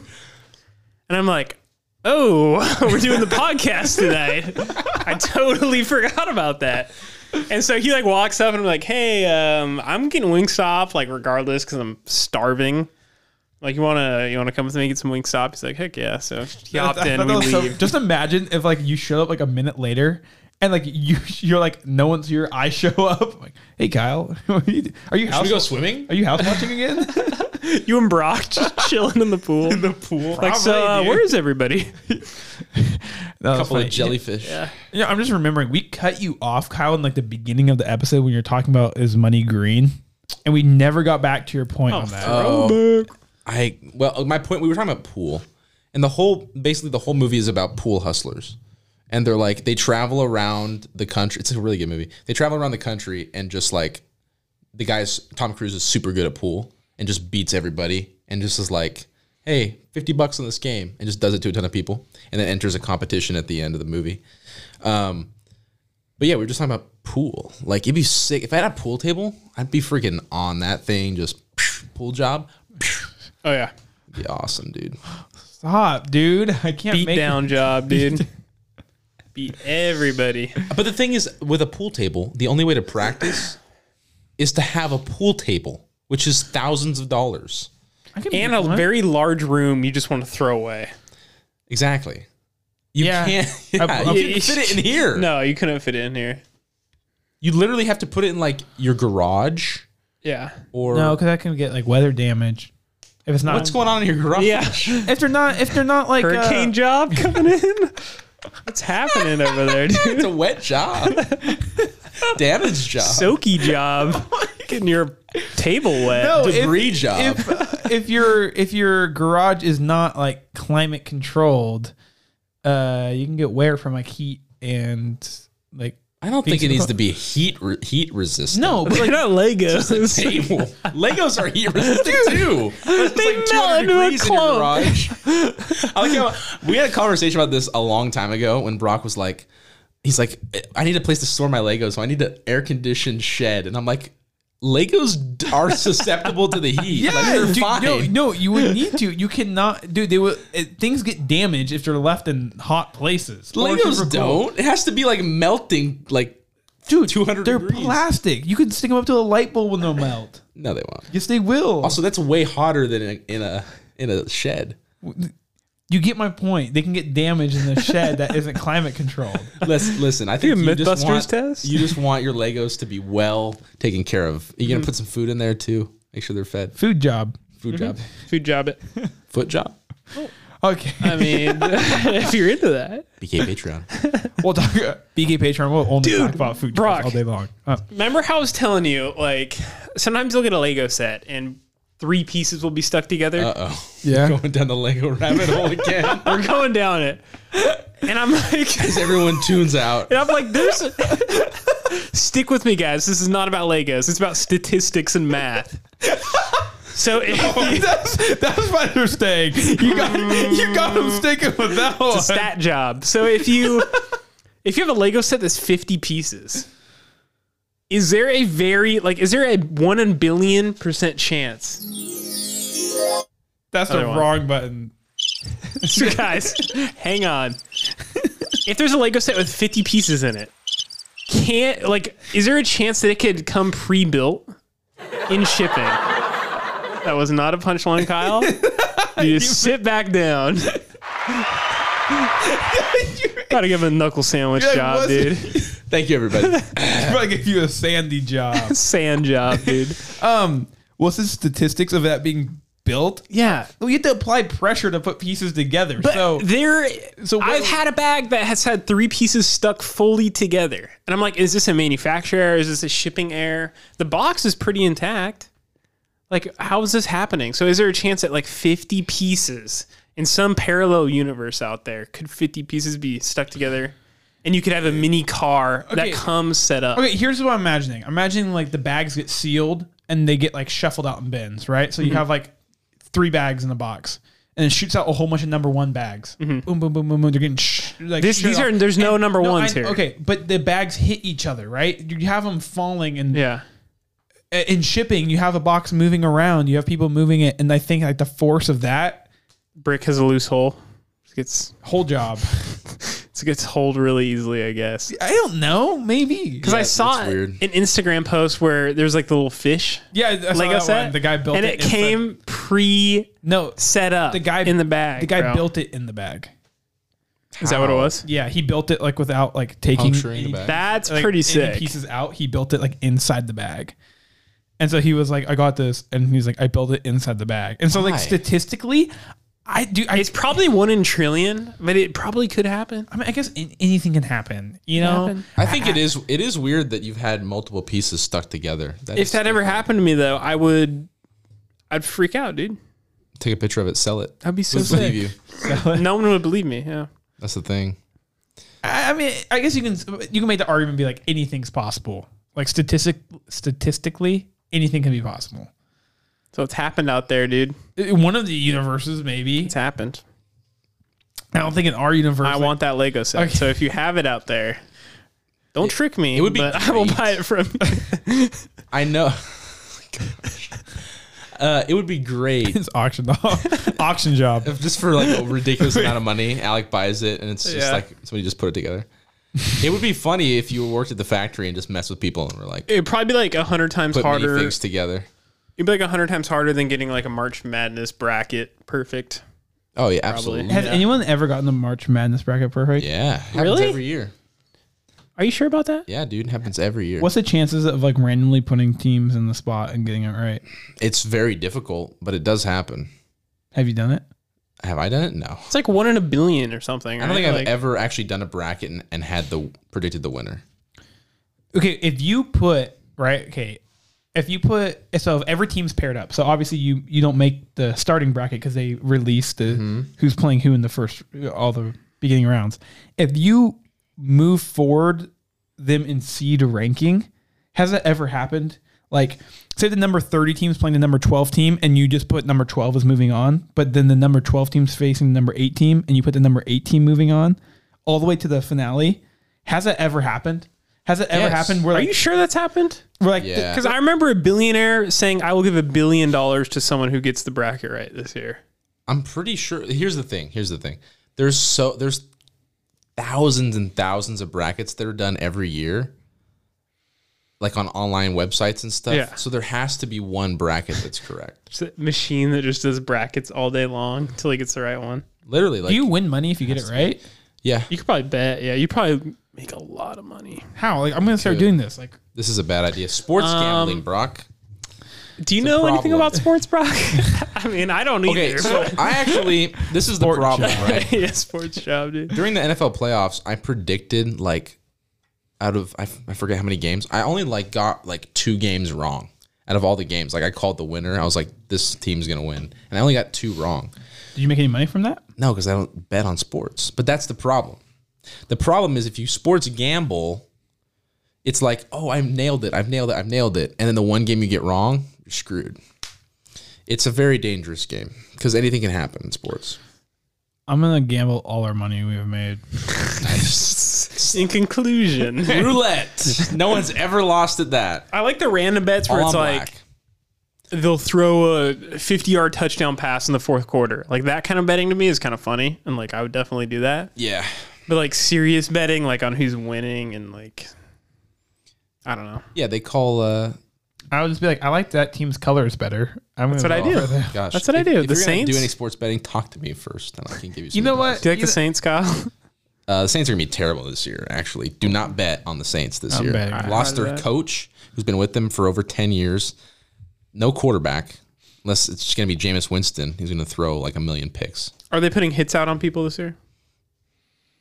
S3: And I'm like, oh, we're doing the podcast tonight. I totally forgot about that. And so he like walks up and I'm like, hey, um, I'm getting Wingstop, like, regardless, because I'm starving. Like you wanna you wanna come with me and get some Wingstop? He's like, heck yeah! So he
S2: I
S3: hopped
S2: thought
S3: in,
S2: that
S3: we
S2: was so-
S3: leave.
S2: just imagine if like you showed up like a minute later and like you you're like no one's here. I show up. I'm like, hey Kyle, what are you, are you house
S1: swimming?
S2: are you house watching again?
S3: You and Brock just chilling in the pool. In the pool. Like, so
S2: Probably,
S3: uh,
S2: dude.
S3: where is everybody?
S2: No,
S1: A
S2: that's
S1: couple
S2: funny.
S1: of jellyfish.
S2: You know, I'm just remembering we cut you off, Kyle, in like the beginning of the episode when you're talking about is money green, and we never got back to your point on that.
S1: Oh, I well, uh, my point. We were talking about pool, and the whole basically the whole movie is about pool hustlers, and they're like they travel around the country. It's a really good movie. They travel around the country and just like the guys. Tom Cruise is super good at pool and just beats everybody, and just is like, hey, fifty bucks on this game, and just does it to a ton of people, and then enters a competition at the end of the movie. Um, but yeah, we were just talking about pool. Like it'd be sick if I had a pool table. I'd be freaking on that thing, just pool job.
S3: Oh yeah,
S1: Be awesome, dude.
S2: Stop, dude! I can't
S3: beat
S2: make
S3: down job, dude. beat everybody.
S1: But the thing is, with a pool table, the only way to practice is to have a pool table, which is thousands of dollars.
S2: I can
S3: And
S2: make
S3: a
S2: one.
S3: very large room you just want to throw away.
S1: Exactly. You
S2: Yeah.
S1: can't. Yeah,
S2: a-
S1: you can fit it in here.
S3: No, you couldn't fit it in here.
S1: You literally have to put it in like your garage
S3: Yeah.
S1: or
S2: no, because I can get like weather damage if it's not
S1: what's going on in your garage.
S3: Yeah.
S2: if they're not if they're not like uh,
S3: Hurricane job coming in. What's happening over there,
S1: It's
S3: dude?
S1: a wet job. Damage job.
S3: Soaky job. Getting your table wet.
S2: No, if-
S1: debris job.
S2: if if your if your garage is not like climate controlled, uh, you can get wear from like heat and like
S1: I don't think it needs to be heat re- heat resistant.
S2: no, but
S3: They're
S2: like
S3: not Legos.
S1: table. Legos are heat resistant too. It's
S3: They
S1: like 200
S3: melt into a
S1: degrees in your
S3: clump.
S1: garage. I like how we had a conversation about this a long time ago when Brock was like, he's like, I need a place to store my Legos, so I need an air conditioned shed, and I'm like. Legos d- are susceptible to the heat. like,
S2: yeah,
S1: they're
S2: dude,
S1: fine.
S2: no, no, you would need to. You cannot, dude. They will. It, things get damaged if they're left in hot places. Or if they're
S1: Legos
S2: cold.
S1: don't. It has to be like melting, like
S2: dude.
S1: 200
S2: They're
S1: degrees.
S2: plastic. You can stick them up to a light bulb and they'll melt.
S1: no, they won't.
S2: Yes, they will.
S1: Also, that's way hotter than in a in a, in a shed.
S2: You get my point. They can get damaged in the shed that isn't climate controlled.
S1: Listen, listen. I think
S4: a
S1: you just
S4: Mythbusters
S1: want
S4: test?
S1: you just want your Legos to be well taken care of. You're gonna put some food in there too. Make sure they're fed.
S2: Food job.
S1: Food job,
S4: Food job it.
S1: foot job.
S2: Okay.
S4: I mean, if you're into that.
S1: BK Patreon.
S2: We'll talk BK Patreon. We'll only talk about food jobs
S3: Brock.
S2: all day long. Uh,
S3: Remember how I was telling you, like, sometimes you'll get a Lego set and three pieces will be stuck together?
S1: Uh oh.
S2: yeah.
S1: Going down the Lego rabbit hole again.
S3: We're going down it. And I'm like, and
S1: Everyone tunes out.
S3: I'm like, there's. Stick with me, guys. This is not about Legos. It's about statistics and math. So if
S2: Oh,
S3: you-
S2: That's, that's my mistake. You got you got him sticking with that one.
S3: it's a stat job. So if you if you have a Lego set that's 50 pieces, is there a very like is there a one in billion percent chance?
S2: That's the
S3: Other one.
S2: wrong button.
S3: So guys, hang on. If there's a Lego set with 50 pieces in it, can't like is there a chance that it could come pre-built in shipping? That was not a punchline, Kyle. You just sit back down. Gotta give him a knuckle sandwich
S2: Yeah, it
S3: job,
S2: wasn't-
S3: dude.
S1: Thank you, everybody.
S2: Probably give you a sandy job.
S3: Sand job, dude.
S2: Um, what's the statistics of that being built?
S3: Yeah.
S2: We have to apply pressure to put pieces together.
S3: But
S2: so
S3: there,
S2: so what-
S3: I've had a bag that has had three pieces stuck fully together, and I'm like, is this a manufacturer? Is this a shipping error? The box is pretty intact. Like, how is this happening? So, is there a chance that like 50 pieces in some parallel universe out there could 50 pieces be stuck together, and you could have a mini car
S2: Okay.
S3: that comes set up?
S2: Okay, here's what I'm imagining. I'm imagining like the bags get sealed and they get like shuffled out in bins, right? So you have like three bags in a box, and it shoots out a whole bunch of number one bags. Boom, boom, boom, boom, boom. They're getting sh- like
S3: This-
S2: shut
S3: these
S2: off.
S3: are there's no number
S2: No,
S3: ones
S2: I-
S3: here.
S2: Okay, but the bags hit each other, right? You have them falling, and
S3: Yeah.
S2: in shipping, you have a box moving around. You have people moving it, and I think like the force of that
S3: Brick has a loose hole. It gets
S2: whole job.
S3: it gets holed really easily, I guess.
S2: I don't know, maybe.
S3: Because I
S1: Yeah,
S3: saw
S1: that's weird.
S3: an Instagram post where there's like the little fish
S2: Yeah, I saw
S3: Lego
S2: that
S3: set.
S2: one. The guy built
S3: and
S2: it
S3: it,
S2: inside-
S3: came pre
S2: No,
S3: set up.
S2: the guy
S3: in the bag.
S2: The guy
S3: bro.
S2: built it in the bag.
S3: Is that what it was?
S2: Yeah, he built it like without like taking
S1: Puncturing the bag.
S3: That's
S2: like,
S3: pretty
S2: any
S3: sick.
S2: pieces out. He built it like inside the bag, and so he was like, "I got this," and he's like, "I built it inside the bag." And so
S1: Why?
S2: like statistically, I do. I,
S3: It's probably one in trillion, but it probably could happen.
S2: I mean, I guess an- anything can happen. You know,
S3: happen.
S1: I think it is. It is weird that you've had multiple pieces stuck together. That
S3: If
S1: is-
S3: that ever happened to me, though, I would, I'd freak out, dude.
S1: take a picture of it, sell it.
S3: I'd be so
S1: Who'd believe
S3: sick.
S1: you.
S3: No one would believe me. Yeah.
S1: That's the thing.
S2: I, I mean, I guess you can you can make the argument and be like anything's possible. Like statistic statistically, anything can be possible.
S3: So it's happened out there, dude.
S2: In one of the universes, maybe.
S3: It's happened.
S2: I don't think in our universe.
S3: I want that Lego set.
S2: Okay.
S3: So if you have it out there, don't trick me. It
S1: would be
S3: but I will
S1: great.
S3: buy it from.
S1: I know. Oh Gosh. Uh, it would be great
S2: it's auctioned off. auction job.
S1: if just for like a ridiculous amount of money, Alec buys it, and it's just
S3: Yeah.
S1: like somebody just put it together. It would be funny if you worked at the factory and just messed with people and were like,
S3: It'd probably be like a hundred times
S1: put many
S3: harder.
S1: things together.
S3: It'd be like a hundred times harder than getting like a March Madness bracket perfect.
S1: Oh yeah, absolutely.
S2: Has anyone ever gotten the March Madness bracket perfect?
S1: Yeah, happens
S3: Really?
S1: every year.
S3: Are you sure about that?
S1: Yeah, dude, happens every year.
S2: What's the chances of like randomly putting teams in the spot and getting it right?
S1: It's very difficult, but it does happen.
S2: Have you done it?
S1: Have I done it? No.
S3: It's like one in a billion or something.
S1: I don't think I've ever actually done a bracket and, and had the predicted the winner.
S2: Okay, if you put right, okay, if you put so if every team's paired up, so obviously you you don't make the starting bracket because they release the
S1: Mm-hmm.
S2: who's playing who in the first all the beginning rounds. If you move forward them in seed ranking, has that ever happened? Like, say the number thirty team's playing the number twelve team, and you just put number twelve as moving on, but then the number twelve team's facing the number eight team, and you put the number eight team moving on, all the way to the finale. Has that ever happened? Has it ever
S1: Yes.
S2: happened? Where
S3: Are
S2: like,
S3: you sure that's happened?
S2: we're like,
S1: Yeah.
S3: Because I remember a billionaire saying, "I will give a billion dollars to someone who gets the bracket right this year."
S1: I'm pretty sure. Here's the thing. Here's the thing. There's so there's thousands and thousands of brackets that are done every year, like on online websites and stuff.
S3: Yeah.
S1: So there has to be one bracket that's correct.
S3: Just a machine that just does brackets all day long until he gets the right one.
S1: Literally, like
S2: Do you win money if you get it right?
S1: yeah,
S4: You could probably bet. Yeah, you probably
S3: Make a lot of money.
S2: How? Like I'm gonna start doing this. Like
S1: this is a bad idea. Sports gambling, Brock.
S4: Do you know anything
S1: problem.
S4: about sports, Brock?
S3: I mean, I don't either.
S1: Okay, so I actually this is the
S2: Sport
S1: problem, right?
S4: yeah, sports job, dude.
S1: During the NFL playoffs, I predicted like out of I, I forget how many games. I only like got like two games wrong out of all the games. Like I called the winner. I was like, this team's gonna win, and I only got two wrong.
S2: Did you make any money from that?
S1: No, because I don't bet on sports. But that's the problem. The problem is if you sports gamble, it's like, oh, I've nailed it, I've nailed it, I've nailed it. And then the one game you get wrong, you're screwed. It's a very dangerous game because anything can happen in sports.
S2: I'm gonna gamble all our money we've made.
S3: In conclusion,
S1: Roulette. No one's ever lost at that.
S3: I like the random bets where
S1: All
S3: it's
S1: on
S3: like
S1: black.
S3: they'll throw a 50 yard touchdown pass in the fourth quarter. Like that kind of betting to me is kind of funny. And like I would definitely do that.
S1: yeah.
S3: But like serious betting, like on who's winning and like, I don't know.
S1: Yeah, they call, uh,
S2: I would just be like, I like that team's colors better. I'm
S3: That's what I do. Do
S1: gosh.
S3: That's what I
S1: if- If
S3: do. The
S1: you're gonna
S3: Saints?
S1: do any sports betting, talk to me first, and I can give you some
S2: You know
S1: advice.
S2: what?
S3: you like the Saints, Kyle?
S1: Uh, the Saints are gonna be terrible this year. Actually, do not bet on the Saints this
S2: I'm
S1: year.
S2: betting. I
S1: Lost their coach, who's been with them for over ten years. No quarterback, unless it's just gonna be Jameis Winston. He's gonna throw like a million picks.
S3: Are they putting hits out on people this year?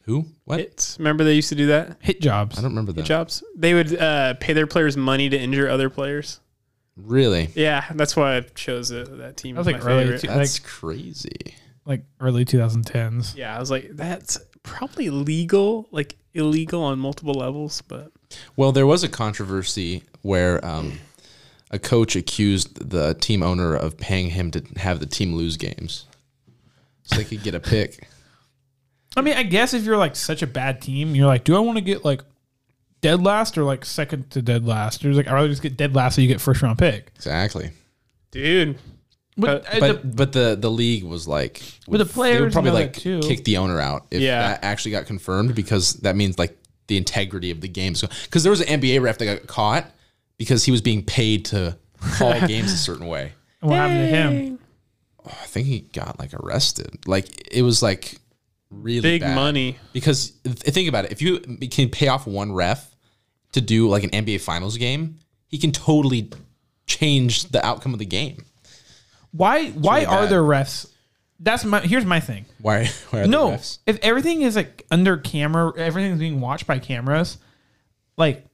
S1: Who? What?
S3: Hits. Remember they used to do that?
S2: Hit jobs.
S1: I don't remember that.
S3: Jobs. They would uh, pay their players money to injure other players.
S1: Really?
S3: Yeah, that's why I chose it, that team.
S2: That was
S3: as
S2: like
S3: my
S2: early
S3: favorite.
S2: two-
S1: That's crazy.
S2: Like early 2010s.
S3: Yeah, I was like, that's probably legal, like illegal on multiple levels, but
S1: Well, there was a controversy where um, a coach accused the team owner of paying him to have the team lose games, so they could get a pick.
S2: I mean, I guess if you're like such a bad team, you're like, do I want to get like dead last or like second to dead last? Or like, I'd rather just get dead last so you get first round pick.
S1: Exactly.
S3: dude,
S2: But, uh,
S1: but
S2: the-
S1: but the the league was like
S2: But
S1: would-
S2: the
S1: they would
S2: players
S1: probably
S2: know
S1: like
S2: that too.
S1: kick the owner out if
S3: Yeah.
S1: that actually got confirmed because that means like the integrity of the game. So because there was an NBA ref that got caught because he was being paid to call games a certain way.
S2: what happened to him?
S1: I think he got like arrested. Like it was like really
S3: big
S1: bad.
S3: money.
S1: because th- think about it. If you can pay off one ref to do like an NBA Finals game, he can totally change the outcome of the game.
S2: Why? Why
S1: really
S2: are
S1: bad.
S2: there refs? That's my. Here's my thing.
S1: Why? Why are
S2: No,
S1: the refs?
S2: if everything is like under camera, everything's being watched by cameras. Like,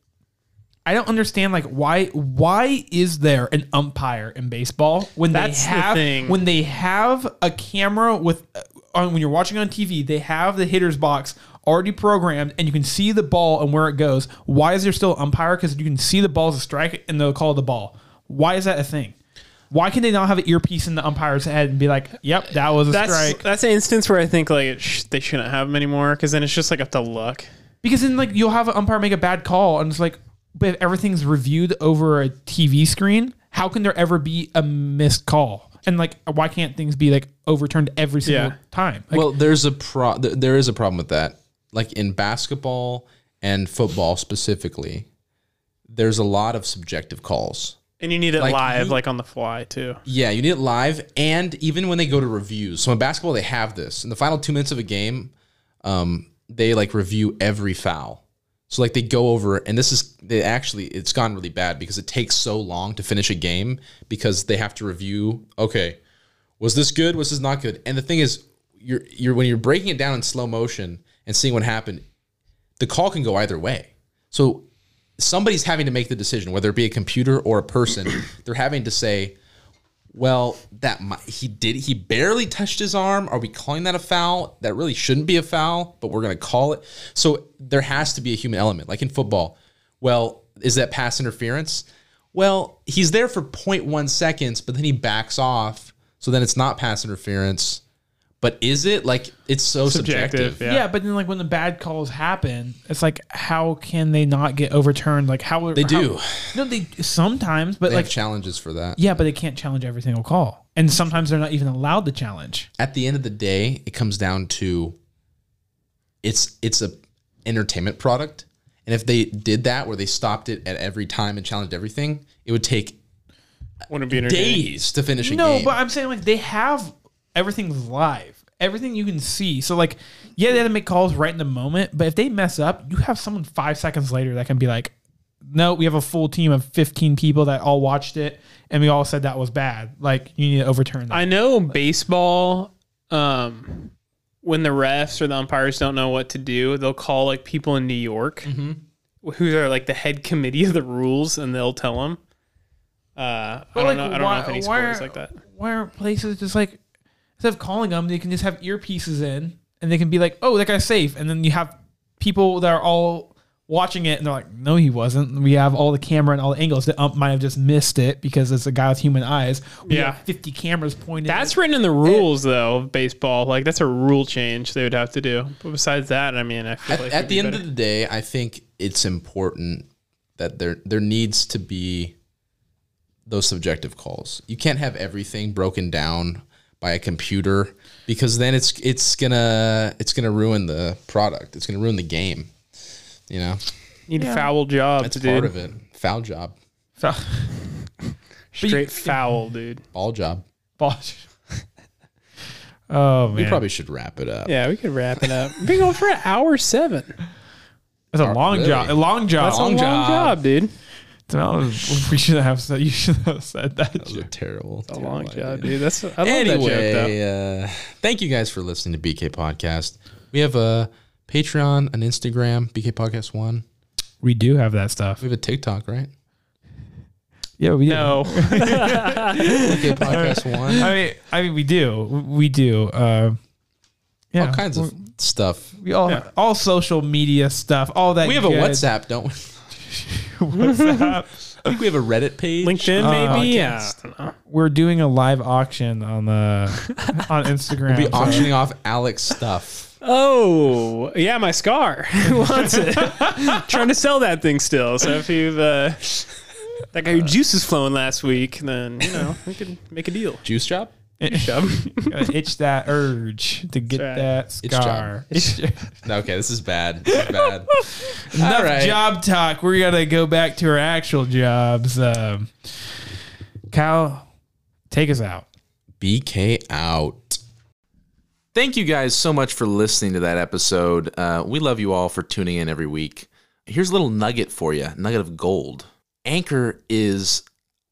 S2: I don't understand. Like, why? Why is there an umpire in baseball when
S3: That's
S2: they
S3: the
S2: have
S3: thing.
S2: when they have a camera with uh, on when you're watching on TV? They have the hitter's box already programmed, and you can see the ball and where it goes. Why is there still an umpire? Because you can see the ball's a strike, and they'll call the ball. Why is that a thing? Why can they not have an earpiece in the umpire's head and be like, "Yep, that was a
S3: That's
S2: strike"?
S3: that's an instance where I think like it sh- they shouldn't have him anymore because then it's just like up to luck.
S2: Because then, like, you'll have an umpire make a bad call, and it's like, but if everything's reviewed over a TV screen, how can there ever be a missed call? And like, why can't things be like overturned every single
S3: Yeah.
S2: time? Like,
S1: well, there's a pro. th- There is a problem with that. Like in basketball and football specifically, there's a lot of subjective calls.
S3: And you need it
S1: Like,
S3: live,
S1: he-
S3: like on the fly too.
S1: Yeah, you need it live, and even when they go to reviews. So in basketball, they have this in the final two minutes of a game. Um, they like review every foul. So like they go over, and this is they actually it's gone really bad because it takes so long to finish a game because they have to review. Okay, was this good? Was this not good? And the thing is, you're you're when you're breaking it down in slow motion and seeing what happened, the call can go either way. So somebody's having to make the decision, whether it be a computer or a person. they're having to say, well, that mi- he did. He barely touched his arm. Are we calling that a foul? That really shouldn't be a foul, but we're going to call it. So there has to be a human element, like in football. Well, is that pass interference? Well, he's there for 0.1 seconds, but then he backs off. So then it's not pass interference. But is it like it's so subjective?
S3: yeah.
S2: yeah. but then like when the bad calls happen, it's like, how can they not get overturned? Like, how
S1: They do.
S2: No, they sometimes, but
S1: They
S2: like,
S1: have challenges for that.
S2: yeah, but they can't challenge every single call, and sometimes they're not even allowed to challenge.
S1: at the end of the day, it comes down to it's it's a entertainment product. And if they did that where they stopped it at every time and challenged everything, it would take
S3: Wouldn't it be entertaining.
S1: days to finish a
S2: No,
S1: game.
S2: but I'm saying like they have everything's live. everything you can see. So like, yeah, they had to make calls right in the moment, but if they mess up, you have someone five seconds later that can be like, no, we have a full team of 15 people that all watched it and we all said that was bad. Like you need to overturn that.
S3: I
S2: I,
S3: know baseball. Um, when the refs or the umpires don't know what to do, they'll call like people in New York who are like the head committee of the rules, and they'll tell them. Uh, I don't know. I don't know if any sports like that.
S2: Why aren't places just like instead of calling them, they can just have earpieces in and they can be like, "Oh, that guy's safe," and then you have people that are all watching it and they're like, "No, he wasn't." We have all the camera and all the angles. The ump might have just missed it because it's a guy with human eyes. We
S3: Yeah.
S2: have fifty cameras pointed.
S3: That's written in the rules, though, of baseball. Like that's a rule change they would have to do. But besides that, I mean, I feel
S1: at,
S3: like
S1: at the end of the day, I think it's important that there there needs to be those subjective calls. You can't have everything broken down by a computer because then it's it's gonna it's gonna ruin the product. It's gonna ruin the game. You know,
S3: need foul job,
S1: that's
S3: dude.
S1: part of it. Foul job,
S2: So,
S3: Straight foul, dude.
S1: ball job.
S2: Bosh. oh
S1: We
S2: man,
S1: probably should wrap it up.
S3: Yeah, we could wrap it up. We've been going for an hour seven.
S2: that's a long
S1: really?
S2: job. A long job.
S3: That's a long job, dude.
S2: we should have said. You should have said that.
S1: That was a terrible,
S3: A
S1: terrible
S3: long
S1: idea.
S3: job, dude. That's I love that joke though.
S1: Oh anyway, uh, thank you guys for listening to BK Podcast. We have a Patreon, an Instagram, BK Podcast One.
S2: We do have that stuff.
S1: We have a TikTok, right?
S2: Yeah, we do.
S1: BK Podcast One.
S2: I mean, I mean, we do, we do. Uh, yeah,
S1: All kinds of stuff.
S2: We all all social media stuff, all that.
S1: We have a
S2: good-
S1: WhatsApp, don't we?
S2: WhatsApp.
S1: I think we have a Reddit page.
S3: LinkedIn,
S2: Uh,
S3: maybe. Yeah, Oh, I don't know.
S2: We're doing a live auction on the on Instagram.
S1: We'll be
S2: so-
S1: auctioning off Alex stuff.
S3: Oh, yeah, my scar Who wants it. Trying to sell that thing still. So if you've uh, that
S1: Uh,
S3: guy who juices flowing last week, then you know we could make a deal.
S1: Juice job?
S2: Gotta itch that urge to get
S3: right.
S2: that
S1: It's job.
S2: scar. It's
S1: No, okay, this is bad. This is bad. All right.
S2: job talk. We're gonna go back to our actual jobs. Um, Kyle, take us out.
S1: BK out. Thank you guys so much for listening to that episode. Uh, we love you all for tuning in every week. Here's a little nugget for you nugget of gold. Anchor is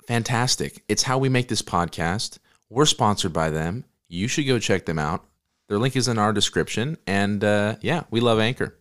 S1: fantastic. It's how we make this podcast. We're sponsored by them. You should go check them out. Their link is in our description. And uh, yeah, we love Anchor.